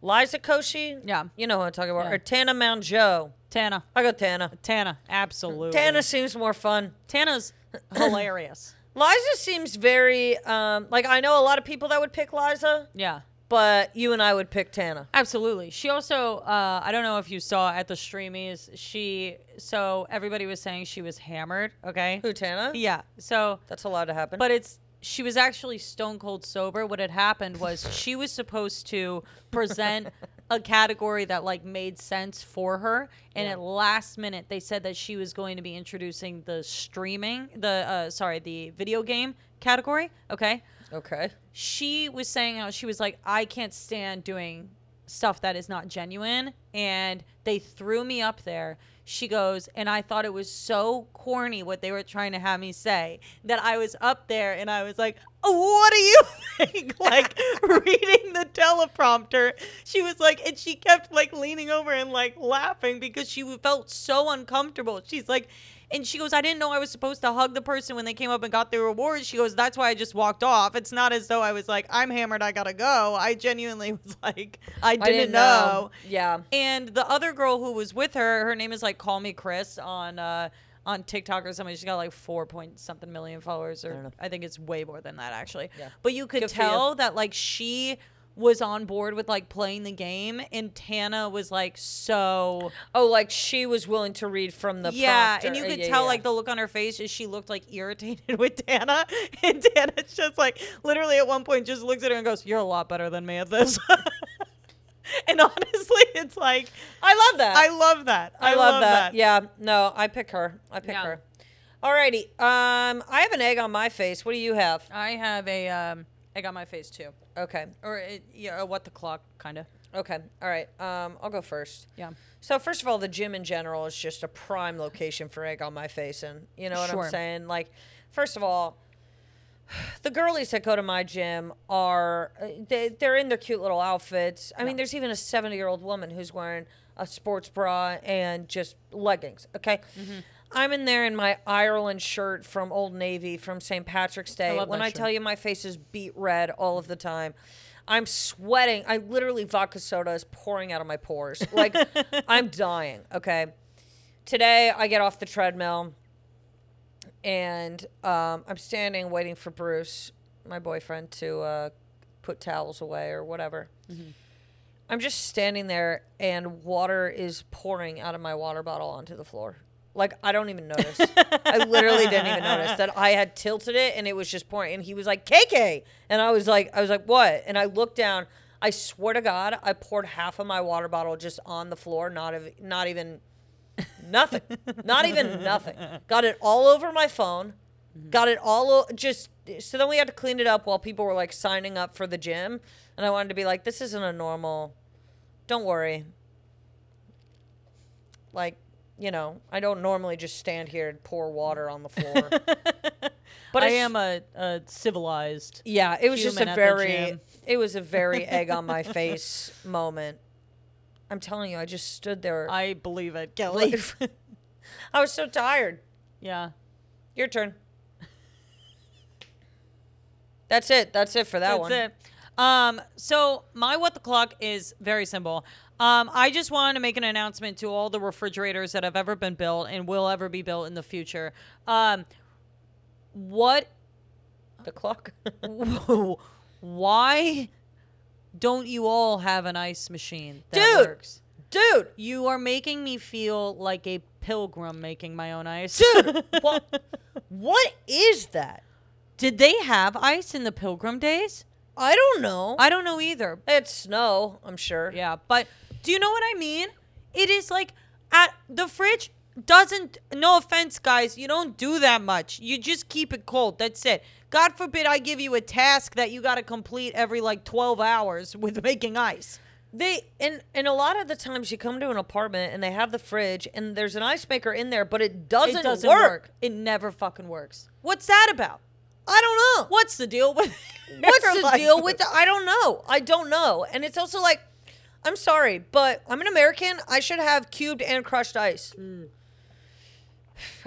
Speaker 1: Liza Koshy.
Speaker 2: Yeah.
Speaker 1: You know who I'm talking about.
Speaker 2: Yeah.
Speaker 1: Or Tana Mount Joe.
Speaker 2: Tana.
Speaker 1: I go Tana.
Speaker 2: Tana. Absolutely.
Speaker 1: Tana seems more fun.
Speaker 2: Tana's hilarious.
Speaker 1: Liza seems very um, like I know a lot of people that would pick Liza.
Speaker 2: Yeah.
Speaker 1: but you and I would pick Tana.
Speaker 2: Absolutely. She also, uh, I don't know if you saw at the streamies, she, so everybody was saying she was hammered, okay?
Speaker 1: Who Tana?
Speaker 2: Yeah. So
Speaker 1: That's allowed to happen.
Speaker 2: But it's she was actually stone cold sober. What had happened was she was supposed to present a category that like made sense for her, and
Speaker 1: Yeah.
Speaker 2: at last minute they said that she was going to be introducing the streaming, the uh, sorry, the video game category. Okay,
Speaker 1: okay,
Speaker 2: she was saying how she was like, I can't stand doing stuff that is not genuine. And they threw me up there. She goes, and I thought it was so corny what they were trying to have me say that I was up there and I was like, What do you [LAUGHS] think? like reading the teleprompter. She was like, and she kept like leaning over and like laughing because she felt so uncomfortable. She's like, and she goes, I didn't know I was supposed to hug the person when they came up and got their reward. She goes, That's why I just walked off. It's not as though I was like, I'm hammered, I gotta go. I genuinely [LAUGHS] was like, I didn't, know.
Speaker 1: Yeah,
Speaker 2: And the other girl who was with her, her name is like Call Me Chris on uh on TikTok or something. She's got like four point something million followers
Speaker 1: don't know.
Speaker 2: or I, think it's way more than that actually.
Speaker 1: Yeah.
Speaker 2: But you could
Speaker 1: Good for you.
Speaker 2: tell that like she was on board with like playing the game and Tana was like so
Speaker 1: Oh, like she was willing to read from the
Speaker 2: yeah,
Speaker 1: prompter.
Speaker 2: and you
Speaker 1: Uh,
Speaker 2: could
Speaker 1: yeah,
Speaker 2: tell
Speaker 1: yeah.
Speaker 2: like the look on her face is she looked like irritated [LAUGHS] with Dana, and Dana's just like literally at one point just looks at her and goes, "You're a lot better than me at this." [LAUGHS] and honestly, it's like
Speaker 1: I love that.
Speaker 2: I love that. Uh, I, love, that.
Speaker 1: Yeah, no, I pick her. I pick
Speaker 2: Yeah.
Speaker 1: her. Alrighty. Um, I have an egg on my face. What do you have?
Speaker 2: I have a um, egg on my face too,
Speaker 1: Okay.
Speaker 2: or it, yeah, a what the clock kind of.
Speaker 1: Okay. All right. Um, I'll go first.
Speaker 2: [LAUGHS] Yeah.
Speaker 1: So first of all, the gym in general is just a prime location for egg on my face, and you know what
Speaker 2: Sure.
Speaker 1: I'm saying. Like, first of all, the girlies that go to my gym are uh, they, they're in their cute little outfits. I mean, there's even a 70 year old woman who's wearing a sports bra and just leggings. Okay.
Speaker 2: Mm-hmm.
Speaker 1: I'm in there in my Ireland shirt from Old Navy from St. Patrick's Day.
Speaker 2: love
Speaker 1: when
Speaker 2: that
Speaker 1: I
Speaker 2: shirt.
Speaker 1: tell you my face is beat red all of the time. I'm sweating. I literally vodka soda is pouring out of my pores.
Speaker 2: [LAUGHS]
Speaker 1: Like I'm dying. Okay. Today I get off the treadmill and um, I'm standing waiting for Bruce, my boyfriend, to uh, put towels away or whatever. I'm just standing there and water is pouring out of my water bottle onto the floor. Like I don't even notice. I literally didn't even notice that I had tilted it and it was just pouring. And he was like, "KK," and I was like, "I was like, what?" And I looked down. I swear to God, I poured half of my water bottle just on the floor, not ev- not even
Speaker 2: [LAUGHS]
Speaker 1: nothing, not even nothing. Got it all over my phone.
Speaker 2: Mm-hmm.
Speaker 1: Got it all o- just so then we had to clean it up while people were like signing up for the gym, and I wanted to be like, this isn't a normal. Don't worry. Like, you know, I don't normally just stand here and pour water on the floor.
Speaker 2: [LAUGHS] But I
Speaker 1: it's-
Speaker 2: am a, a civilized.
Speaker 1: Yeah, it was just
Speaker 2: human
Speaker 1: a
Speaker 2: at the
Speaker 1: very
Speaker 2: gym.
Speaker 1: it was a
Speaker 2: [LAUGHS]
Speaker 1: very egg on my face moment. I'm telling you, I just stood there. I,
Speaker 2: I believe it, Kelly. [LAUGHS]
Speaker 1: was so tired.
Speaker 2: yeah.
Speaker 1: Your turn. That's it. That's it for that
Speaker 2: That's
Speaker 1: one.
Speaker 2: it. Um, so my what the clock is very simple. Um, I just wanted to make an announcement to all the refrigerators that have ever been built and will ever be built in the future. Um, what [LAUGHS]
Speaker 1: The clock. [LAUGHS]
Speaker 2: Whoa. Why don't you all have an ice machine that
Speaker 1: Dude.
Speaker 2: works?
Speaker 1: Dude,
Speaker 2: You are making me feel like a pilgrim making my own ice. [LAUGHS]
Speaker 1: dude, what what is that?
Speaker 2: Did they have ice in the pilgrim days?
Speaker 1: I don't know.
Speaker 2: I don't know either.
Speaker 1: it's snow, I'm sure.
Speaker 2: Yeah, but do you know what I mean? It is like at the fridge doesn't no offense guys, you don't do that much. You just keep it cold. That's it. God forbid I give you a task that you got to complete every like 12 hours with [LAUGHS] making ice.
Speaker 1: They and and a lot of the times you come to an apartment and they have the fridge and there's an ice maker in there, but it doesn't,
Speaker 2: it doesn't
Speaker 1: work.
Speaker 2: work. It never fucking works. What's that about?
Speaker 1: I don't know.
Speaker 2: What's the deal with? [LAUGHS]
Speaker 1: What's the deal with the, I don't know. I don't know. And it's also like, I'm sorry, but I'm an American. I should have cubed and crushed ice.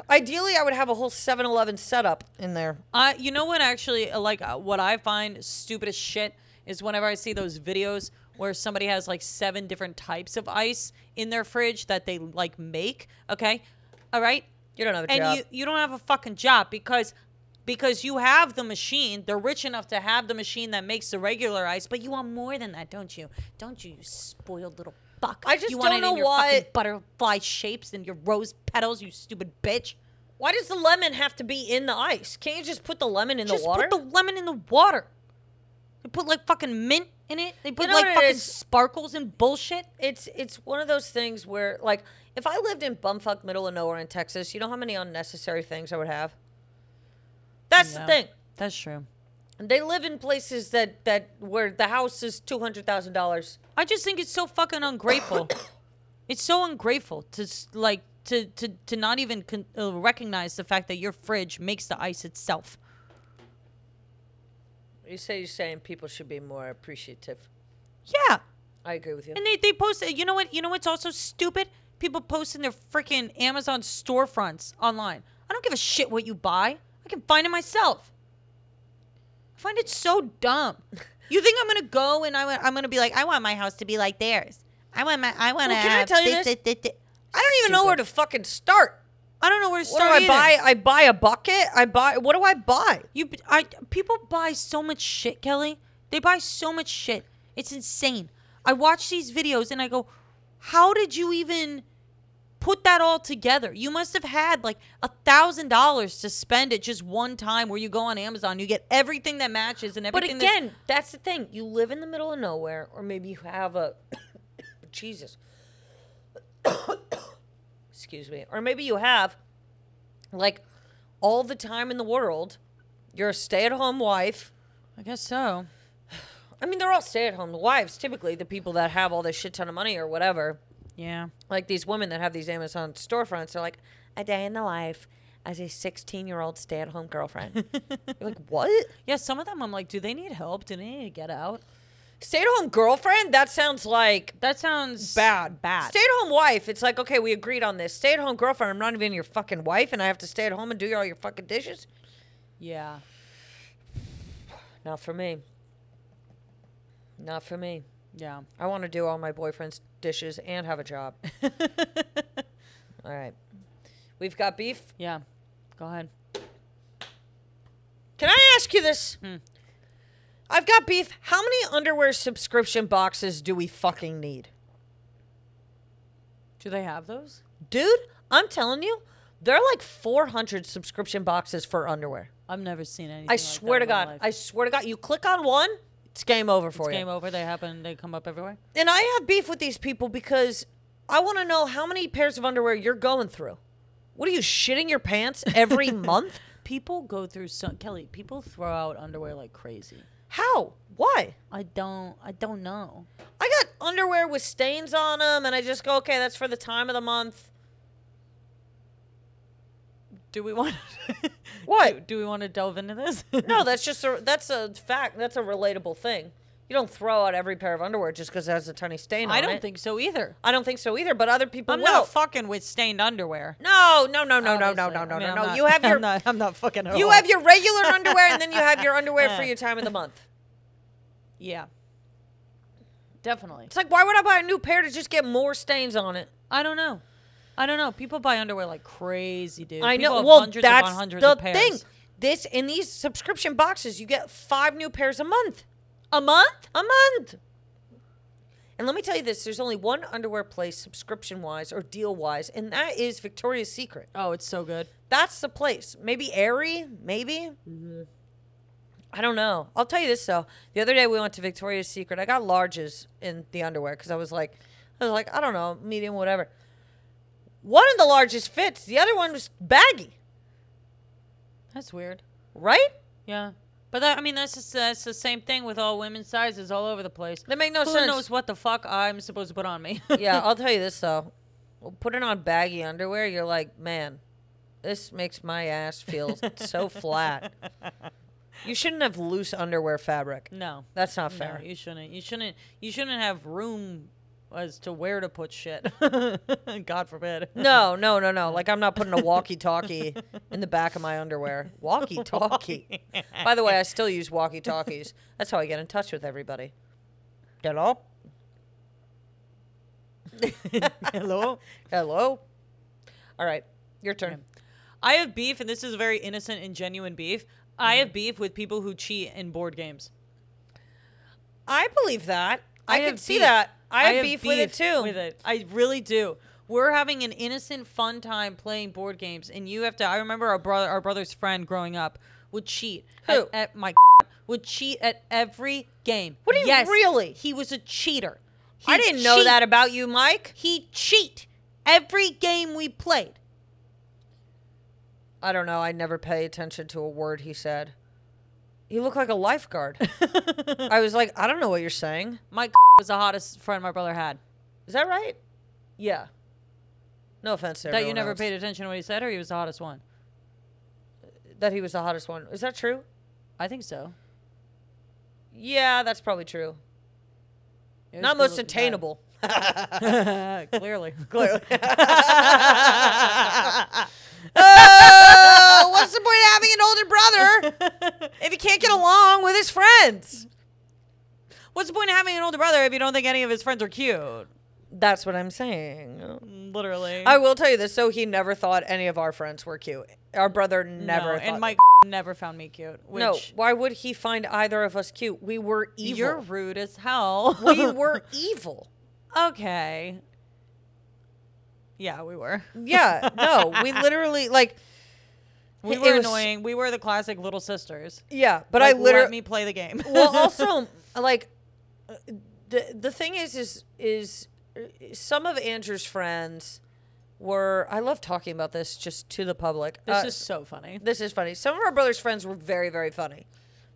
Speaker 1: Ideally, I would have a whole 7 Eleven setup in there.
Speaker 2: I, you know what? Actually, uh, like uh, what I find stupid as shit is whenever I see those videos where somebody has like seven different types of ice in their fridge that they like make. Okay, all right,
Speaker 1: You don't have a
Speaker 2: and
Speaker 1: job.
Speaker 2: you you don't have a fucking job because because you have the machine. They're rich enough to have the machine that makes the regular ice, but you want more than that, don't you? Don't you, you spoiled little fuck?
Speaker 1: I just
Speaker 2: you want
Speaker 1: don't
Speaker 2: it in
Speaker 1: know
Speaker 2: your fucking
Speaker 1: why-
Speaker 2: butterfly shapes and your rose petals, you stupid bitch.
Speaker 1: Why does the lemon have to be in the ice? Can't you just put the lemon in
Speaker 2: just
Speaker 1: the water?
Speaker 2: put the lemon in the water. They put like fucking mint in it. They put
Speaker 1: know what
Speaker 2: like
Speaker 1: it
Speaker 2: fucking
Speaker 1: is?
Speaker 2: sparkles and bullshit.
Speaker 1: it's it's one of those things where like if I lived in bumfuck middle of nowhere in Texas, you know how many unnecessary things I would have? That's the
Speaker 2: Yeah.
Speaker 1: thing.
Speaker 2: That's true.
Speaker 1: They live in places that that where the house is two hundred thousand dollars.
Speaker 2: I just think it's so fucking
Speaker 1: [COUGHS]
Speaker 2: ungrateful. it's so ungrateful to s- like to to to not even con- uh, recognize the fact that your fridge makes the ice itself.
Speaker 1: You say you're saying people should be more appreciative.
Speaker 2: Yeah,
Speaker 1: I agree with you.
Speaker 2: and they they post. You know what? You know what's also stupid? People posting their freaking Amazon storefronts online. I don't give a shit what you buy. I can find it myself. I find it so dumb. [LAUGHS] You think I'm gonna go and I, wa- I'm gonna be like, I want my house to be like theirs. I want my I want to.
Speaker 1: Well, can I tell you this? I don't even know where to fucking start.
Speaker 2: I don't know where to
Speaker 1: What
Speaker 2: start.
Speaker 1: do I
Speaker 2: either.
Speaker 1: buy? I buy a bucket. I buy. What do I buy?
Speaker 2: You, b- I people buy so much shit, Kelly. They buy so much shit. It's insane. I watch these videos and I go, "How did you even put that all together? You must have had like a thousand dollars to spend at just one time, where you go on Amazon, you get everything that matches and
Speaker 1: But
Speaker 2: everything." that's-
Speaker 1: again, that's the thing. You live in the middle of nowhere, or maybe you have a [COUGHS] Jesus. [COUGHS] Excuse me. Or maybe you have like all the time in the world. You're a stay-at-home wife.
Speaker 2: I guess so.
Speaker 1: I mean, they're all stay-at-home wives typically. The people that have all this shit ton of money or whatever.
Speaker 2: Yeah.
Speaker 1: like these women that have these Amazon storefronts are like a day in the life as a 16 year old stay at home girlfriend. You're like, what?
Speaker 2: Yeah. Some of them, I'm like, do they need help? Do they need to get out?
Speaker 1: Stay at home girlfriend? That sounds like
Speaker 2: That sounds
Speaker 1: bad.
Speaker 2: Bad.
Speaker 1: Stay at home wife. It's like, okay, we agreed on this. Stay at home girlfriend. I'm not even your fucking wife and I have to stay at home and do all your fucking dishes?
Speaker 2: yeah.
Speaker 1: Not for me. Not for me.
Speaker 2: Yeah.
Speaker 1: I want to do all my boyfriend's dishes and have a job. all right. We've got beef.
Speaker 2: Yeah. Go ahead. Hmm.
Speaker 1: Can I ask you this? I've got beef. How many underwear subscription boxes do we fucking need?
Speaker 2: Do they have those?
Speaker 1: Dude, I'm telling you, there are like 400 subscription boxes for underwear.
Speaker 2: I've never seen anything.
Speaker 1: I
Speaker 2: like that
Speaker 1: swear to
Speaker 2: in my
Speaker 1: God.
Speaker 2: life.
Speaker 1: I swear to God. You click on one, it's game over for
Speaker 2: it's
Speaker 1: you.
Speaker 2: game over. They happen. They come up everywhere.
Speaker 1: And I have beef with these people because I want to know how many pairs of underwear you're going through. What are you shitting your pants
Speaker 2: [LAUGHS]
Speaker 1: every month?
Speaker 2: People go through so Kelly. People throw out underwear like crazy.
Speaker 1: How? Why?
Speaker 2: I don't. I don't know.
Speaker 1: I got underwear with stains on them, and I just go, okay, that's for the time of the month.
Speaker 2: Do we want?
Speaker 1: [LAUGHS] What?
Speaker 2: Do, do we want to delve into this? [LAUGHS]
Speaker 1: No, that's just a that's a fact. That's a relatable thing. You don't throw out every pair of underwear just because it has a tiny stain on it.
Speaker 2: I don't think so either.
Speaker 1: I don't think so either. But other people
Speaker 2: I'm
Speaker 1: will.
Speaker 2: not fucking with stained underwear.
Speaker 1: no, no, no, no, no, no,
Speaker 2: obviously.
Speaker 1: no,
Speaker 2: I
Speaker 1: no,
Speaker 2: mean,
Speaker 1: no,
Speaker 2: I'm
Speaker 1: no.
Speaker 2: not-
Speaker 1: You have your
Speaker 2: [LAUGHS] I'm not, I'm not fucking. at
Speaker 1: you
Speaker 2: all.
Speaker 1: have
Speaker 2: [LAUGHS]
Speaker 1: your regular underwear, and then you have your underwear for your time of the month.
Speaker 2: Yeah. Definitely.
Speaker 1: It's like, why would I buy a new pair to just get more stains on it?
Speaker 2: I don't know. I don't know. People buy underwear like crazy, dude.
Speaker 1: I
Speaker 2: People
Speaker 1: know.
Speaker 2: have
Speaker 1: Well,
Speaker 2: hundreds
Speaker 1: that's
Speaker 2: upon hundreds
Speaker 1: the
Speaker 2: of pairs.
Speaker 1: thing. This in these subscription boxes, you get five new pairs a month.
Speaker 2: A month?
Speaker 1: A month. And let me tell you this: there's only one underwear place subscription wise or deal wise, and that is Victoria's Secret.
Speaker 2: Oh, it's so good.
Speaker 1: That's the place. Maybe Aerie, maybe.
Speaker 2: Mm-hmm.
Speaker 1: I don't know. I'll tell you this though. The other day we went to Victoria's Secret. I got larges in the underwear because I was like, I was like, I don't know, medium, whatever. One of the largest fits. The other one was baggy,
Speaker 2: That's weird.
Speaker 1: right?
Speaker 2: Yeah. But that, I mean, that's just, that's the same thing with all women's sizes all over the place.
Speaker 1: That make no
Speaker 2: Who
Speaker 1: sense.
Speaker 2: knows what the fuck I'm supposed to put on me?
Speaker 1: [LAUGHS] yeah, I'll tell you this though. Well, Putting on baggy underwear, you're like, man, this makes my ass [LAUGHS] feel
Speaker 2: [LAUGHS]
Speaker 1: so flat. You shouldn't have loose underwear fabric.
Speaker 2: no.
Speaker 1: That's not
Speaker 2: No,
Speaker 1: fair. [LAUGHS]
Speaker 2: you shouldn't. You shouldn't. You shouldn't have room as to where to put shit. [LAUGHS] God forbid.
Speaker 1: No, no, no, no. Like I'm not putting a walkie-talkie in the back of my underwear. [LAUGHS]
Speaker 2: [LAUGHS]
Speaker 1: Walkie-talkie. By the way, I still use walkie-talkies. That's how I get in touch with everybody. Hello.
Speaker 2: Hello.
Speaker 1: [LAUGHS] Hello. All right, your turn.
Speaker 2: I have beef, and this is very innocent and genuine beef.
Speaker 1: Mm-hmm.
Speaker 2: I have beef with people who cheat in board games.
Speaker 1: I believe that. I,
Speaker 2: have
Speaker 1: can see
Speaker 2: beef.
Speaker 1: that. I have, beef, with it too.
Speaker 2: With it, I really do. We're having an innocent, fun time playing board games, and you have to. I remember our brother, our brother's friend growing up, would cheat
Speaker 1: Who?
Speaker 2: At, at my [LAUGHS] would cheat at every game.
Speaker 1: What do you-
Speaker 2: yes,
Speaker 1: really?
Speaker 2: He was a cheater.
Speaker 1: I
Speaker 2: He'd
Speaker 1: didn't know
Speaker 2: cheat.
Speaker 1: that about you, Mike.
Speaker 2: He cheat
Speaker 1: [LAUGHS]
Speaker 2: every game we played.
Speaker 1: I don't know. I never pay attention to a word he said. He looked like a lifeguard.
Speaker 2: [LAUGHS]
Speaker 1: I was like, I don't know what you're saying.
Speaker 2: My [LAUGHS] was the hottest friend my brother had.
Speaker 1: Is that right? Yeah. No offense to
Speaker 2: That you
Speaker 1: everyone
Speaker 2: never
Speaker 1: else.
Speaker 2: paid attention to what he said, or he was the hottest one.
Speaker 1: that he was the hottest one. Is that true?
Speaker 2: I think so.
Speaker 1: Yeah, that's probably true.
Speaker 2: It was
Speaker 1: Not
Speaker 2: a
Speaker 1: most
Speaker 2: good-looking guy.
Speaker 1: attainable.
Speaker 2: [LAUGHS]
Speaker 1: [LAUGHS]
Speaker 2: Clearly. [LAUGHS] Clearly.
Speaker 1: oh, what's the point of having an older
Speaker 2: [LAUGHS]
Speaker 1: brother if you can't get along with his friends?
Speaker 2: What's the point of having an older brother if you don't think any of his friends are cute?
Speaker 1: That's what I'm saying.
Speaker 2: Literally.
Speaker 1: I will tell you this. So he never thought any of our friends were cute. Our brother never.
Speaker 2: No,
Speaker 1: thought
Speaker 2: and Mike [LAUGHS] never found me cute. Which
Speaker 1: no. Why would he find either of us cute? We were evil.
Speaker 2: You're [LAUGHS] rude as hell.
Speaker 1: [LAUGHS]
Speaker 2: [LAUGHS]
Speaker 1: we were evil.
Speaker 2: okay. Yeah, we were.
Speaker 1: Yeah. No. We literally like.
Speaker 2: We
Speaker 1: it
Speaker 2: were
Speaker 1: was-
Speaker 2: annoying. We were the classic little sisters.
Speaker 1: Yeah, but
Speaker 2: Like,
Speaker 1: I
Speaker 2: let
Speaker 1: literally.
Speaker 2: me [LAUGHS] play the game.
Speaker 1: well, also, like, uh, the the thing is, is is uh, some of Andrew's friends were. I love talking about this just to the public.
Speaker 2: [LAUGHS] this
Speaker 1: Uh,
Speaker 2: is so funny.
Speaker 1: this is funny. Some of our brother's friends were very very funny,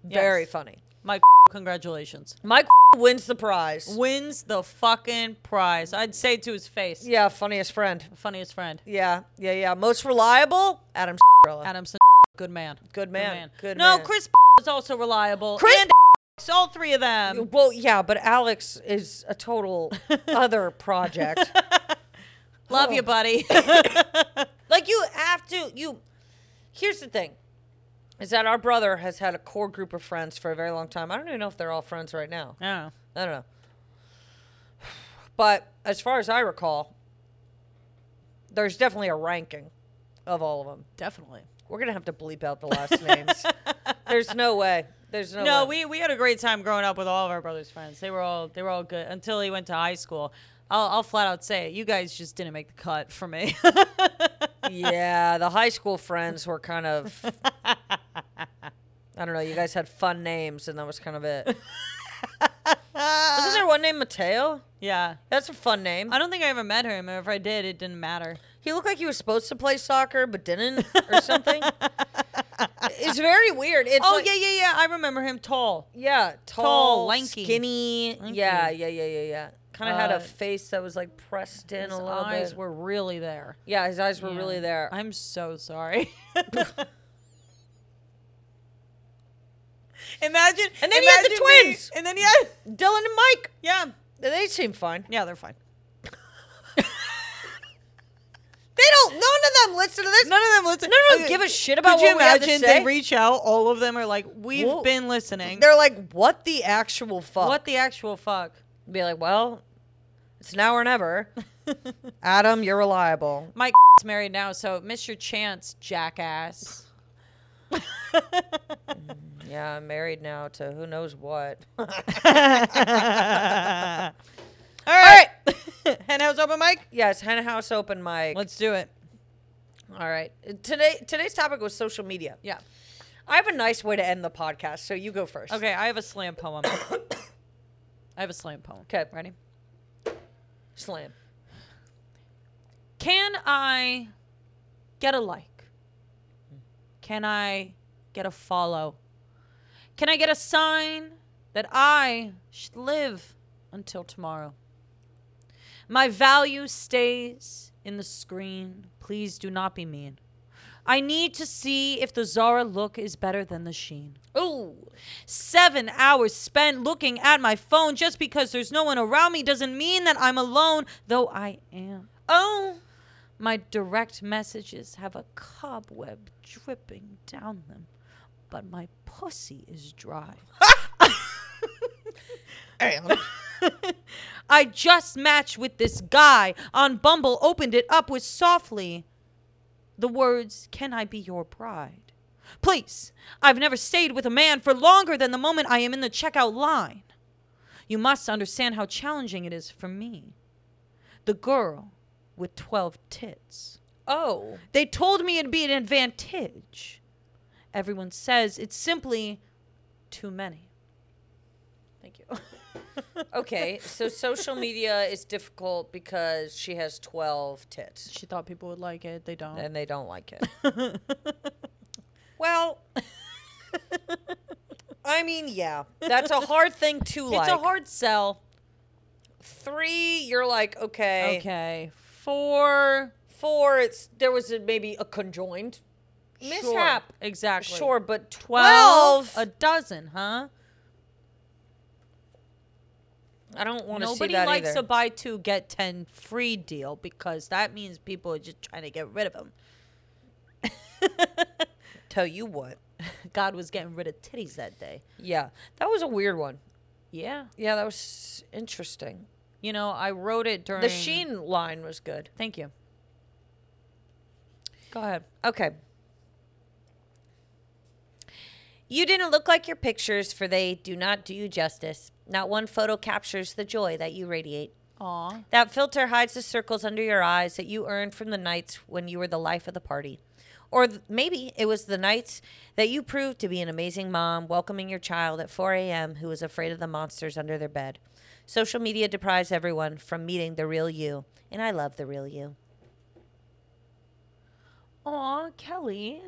Speaker 1: very
Speaker 2: Yes.
Speaker 1: funny.
Speaker 2: Mike, [LAUGHS] congratulations.
Speaker 1: Mike [LAUGHS] wins the prize.
Speaker 2: Wins the fucking prize. I'd say to his face.
Speaker 1: Yeah, funniest friend.
Speaker 2: Funniest friend.
Speaker 1: Yeah, yeah, yeah. Most reliable, Adam.
Speaker 2: Adamson, good man.
Speaker 1: Good man. Good
Speaker 2: no,
Speaker 1: man.
Speaker 2: Chris is also reliable.
Speaker 1: Chris
Speaker 2: and all three of [LAUGHS] them.
Speaker 1: Well, yeah, but Alex is a total other project.
Speaker 2: Love you, [LAUGHS] buddy.
Speaker 1: Like you have to you here's the thing is that our brother has had a core group of friends for a very long time. I don't even know if they're all friends right now.
Speaker 2: oh.
Speaker 1: I don't know. But as far as I recall, there's definitely a ranking of all of them.
Speaker 2: Definitely. [LAUGHS]
Speaker 1: We're gonna have to bleep out the last names. There's no way. There's no.
Speaker 2: No,
Speaker 1: way.
Speaker 2: we, we had a great time growing up with all of our brother's friends. They were all they were all good until he went to high school. I'll, I'll flat out say it, you guys just didn't make the cut for me. [LAUGHS]
Speaker 1: yeah, the high school friends were kind of. I don't know. You guys had fun names, and that was kind of it. Wasn't there one named Mateo?
Speaker 2: yeah,
Speaker 1: That's a fun name.
Speaker 2: I don't think I ever met him. If I did, it didn't matter.
Speaker 1: He looked like he was supposed to play soccer but didn't,
Speaker 2: [LAUGHS]
Speaker 1: or something. it's very weird. It's
Speaker 2: oh
Speaker 1: like-
Speaker 2: yeah, yeah, yeah. I remember him tall.
Speaker 1: yeah, tall,
Speaker 2: Tall, lanky.
Speaker 1: skinny.
Speaker 2: Lanky.
Speaker 1: Yeah, yeah, yeah, yeah, yeah. Kind of had
Speaker 2: Uh,
Speaker 1: a face that was like pressed in
Speaker 2: His
Speaker 1: a little
Speaker 2: eyes
Speaker 1: bit.
Speaker 2: were really there.
Speaker 1: yeah, his eyes were
Speaker 2: Yeah.
Speaker 1: really there.
Speaker 2: I'm so sorry. [LAUGHS] imagine,
Speaker 1: And then he had the
Speaker 2: imagine me-
Speaker 1: twins!
Speaker 2: and then he had,
Speaker 1: Dylan and Mike,
Speaker 2: yeah,
Speaker 1: they seem fine.
Speaker 2: yeah, they're fine.
Speaker 1: They don't. None of them listen to this.
Speaker 2: None of them listen.
Speaker 1: None of them
Speaker 2: Okay,
Speaker 1: give a shit about
Speaker 2: Could you
Speaker 1: what we have to
Speaker 2: imagine?
Speaker 1: say.
Speaker 2: They reach out. All of them are like, "We've
Speaker 1: Well,
Speaker 2: been listening."
Speaker 1: They're like, what the actual fuck?
Speaker 2: What the
Speaker 1: [LAUGHS]
Speaker 2: actual fuck?
Speaker 1: Be like, well, it's now or never. [LAUGHS] Adam, you're reliable.
Speaker 2: Mike [LAUGHS] is married now, so miss your chance,
Speaker 1: [LAUGHS]
Speaker 2: jackass. [LAUGHS]
Speaker 1: Yeah, I'm married now to who knows what. [LAUGHS]
Speaker 2: All right, [LAUGHS] hen house open mic.
Speaker 1: yes, Hen House open mic.
Speaker 2: Let's do it.
Speaker 1: All right. Today today's topic was social media.
Speaker 2: Yeah.
Speaker 1: I have a nice way to end the podcast, so you go first.
Speaker 2: Okay, I have a slam poem. [COUGHS] I have a slam poem.
Speaker 1: 'Kay.
Speaker 2: ready?
Speaker 1: Slam.
Speaker 2: Can I get a like? Can I get a follow? Can I get a sign that I should live until tomorrow? My value stays in the screen. Please do not be mean. I need to see if the Zara look is better than the Sheen.
Speaker 1: Ooh.
Speaker 2: Seven hours spent looking at my phone just because there's no one around me doesn't mean that I'm alone, though I am. Oh, my direct messages have a cobweb dripping down them, but my pussy is dry. I just matched with this guy on Bumble, opened it up with softly the words, Can I be your bride? Please, I've never stayed with a man for longer than the moment I am in the checkout line. You must understand how challenging it is for me. The girl with 12 tits.
Speaker 1: [LAUGHS] Oh.
Speaker 2: They told me it'd be an advantage. Everyone says it's simply too many. Thank you. [LAUGHS]
Speaker 1: Okay. So social media is difficult because she has twelve tits.
Speaker 2: She thought people would like it. They don't.
Speaker 1: And they don't like it. [LAUGHS] well I mean, yeah. That's a hard thing to like.
Speaker 2: it's a hard sell.
Speaker 1: three, you're like, okay.
Speaker 2: Okay. Four.
Speaker 1: Four, it's there was a, maybe a conjoined mishap.
Speaker 2: Sure. Exactly.
Speaker 1: Sure, but
Speaker 2: 12
Speaker 1: twelve.
Speaker 2: a dozen huh
Speaker 1: I don't want to see
Speaker 2: nobody
Speaker 1: that
Speaker 2: likes
Speaker 1: either.
Speaker 2: a buy two get 10 free deal because that means people are just trying to get rid of them
Speaker 1: Tell you what.
Speaker 2: [LAUGHS] god was getting rid of titties that day
Speaker 1: Yeah, that was a weird one.
Speaker 2: yeah
Speaker 1: Yeah, that was interesting.
Speaker 2: you know i wrote it during
Speaker 1: The Sheen line was good.
Speaker 2: thank you go ahead
Speaker 1: Okay. You didn't look like your pictures, for they do not do you justice. Not one photo captures the joy that you radiate.
Speaker 2: Aw.
Speaker 1: That filter hides the circles under your eyes that you earned from the nights when you were the life of the party. Or th- maybe it was the nights that you proved to be an amazing mom, welcoming your child at 4 a.m., who was afraid of the monsters under their bed. Social media deprives everyone from meeting the real you, and I love the real you.
Speaker 2: Aw, kelly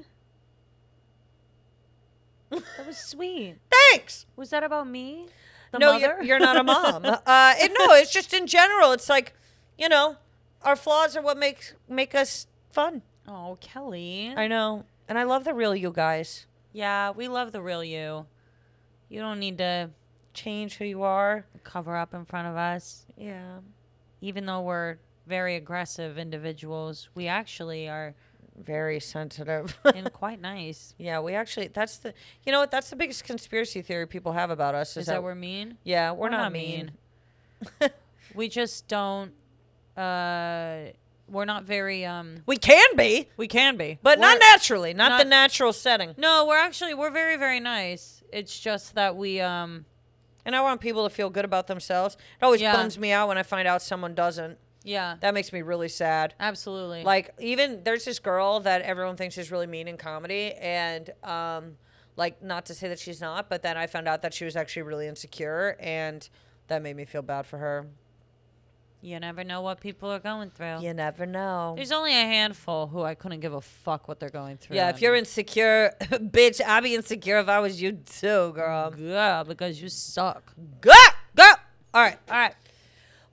Speaker 2: that was sweet
Speaker 1: Thanks.
Speaker 2: was that about me the
Speaker 1: no,
Speaker 2: mother
Speaker 1: You're, you're
Speaker 2: [LAUGHS]
Speaker 1: not a mom. uh, and no, it's just in general. It's like, you know, our flaws are what makes make us fun.
Speaker 2: oh kelly
Speaker 1: I know, and I love the real you guys.
Speaker 2: yeah we love the real you you don't need to
Speaker 1: Change who you are.
Speaker 2: cover up in front of us.
Speaker 1: Yeah.
Speaker 2: Even though we're very aggressive individuals, we actually are
Speaker 1: very sensitive. [LAUGHS]
Speaker 2: and quite nice.
Speaker 1: yeah, we actually that's the you know what that's the biggest conspiracy theory people have about us is,
Speaker 2: Is that we're mean?
Speaker 1: yeah we're,
Speaker 2: We're
Speaker 1: not,
Speaker 2: not
Speaker 1: mean.
Speaker 2: mean. We just don't uh we're not very um
Speaker 1: [LAUGHS] We can be,
Speaker 2: we can be.
Speaker 1: but not
Speaker 2: We're-
Speaker 1: naturally, not,
Speaker 2: not-
Speaker 1: the natural setting.
Speaker 2: No, we're actually we're very very nice. It's just that we um
Speaker 1: And I want people to feel good about themselves. It always
Speaker 2: Yeah.
Speaker 1: bums me out when I find out someone doesn't.
Speaker 2: yeah,
Speaker 1: That makes me really sad.
Speaker 2: absolutely.
Speaker 1: Like even there's this girl that everyone thinks is really mean in comedy, and um, like not to say that she's not, but then I found out that she was actually really insecure, and that made me feel bad for her.
Speaker 2: you never know what people are going through.
Speaker 1: You never know.
Speaker 2: There's only a handful who I couldn't give a fuck what they're going through.
Speaker 1: Yeah, if you're insecure, [LAUGHS] bitch, I'd be insecure if I was you too, girl.
Speaker 2: yeah, because you suck.
Speaker 1: Go, go. All right.
Speaker 2: All right,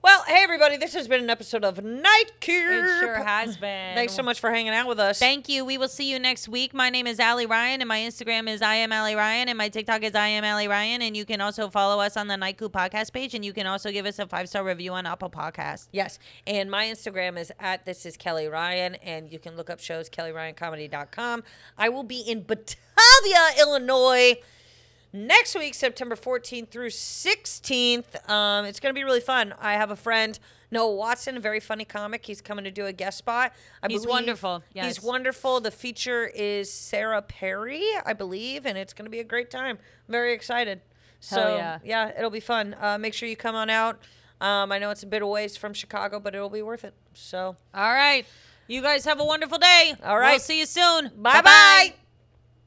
Speaker 1: Well, hey everybody, this has been an episode of Night Cube.
Speaker 2: it [LAUGHS] sure has been.
Speaker 1: Thanks so much for hanging out with us.
Speaker 2: Thank you. We will see you next week. My name is Allie Ryan, and my Instagram is I am Allie Ryan, and my TikTok is I am Allie Ryan. And you can also follow us on the Night Coup podcast page, and you can also give us a five star review on Apple Podcast.
Speaker 1: Yes. And my Instagram is at this is Kelly Ryan, and you can look up shows, kellyryancomedy.com. I will be in Batavia, Illinois next week, September 14th through 16th. Um, it's going to be really fun. I have a friend, Noah Watson, a very funny comic. He's coming to do a guest spot. I
Speaker 2: He's
Speaker 1: believe-
Speaker 2: wonderful, yes.
Speaker 1: He's wonderful. The feature is Sarah Perry, I believe, and it's going to be a great time. I'm very excited.
Speaker 2: Hell
Speaker 1: so,
Speaker 2: yeah.
Speaker 1: yeah, it'll be fun. Uh, make sure you come on out. Um, I know it's a bit of ways from Chicago, but it'll be worth it. So,
Speaker 2: All right. You guys have a wonderful day.
Speaker 1: All
Speaker 2: We'll
Speaker 1: right.
Speaker 2: see you soon.
Speaker 1: bye bye.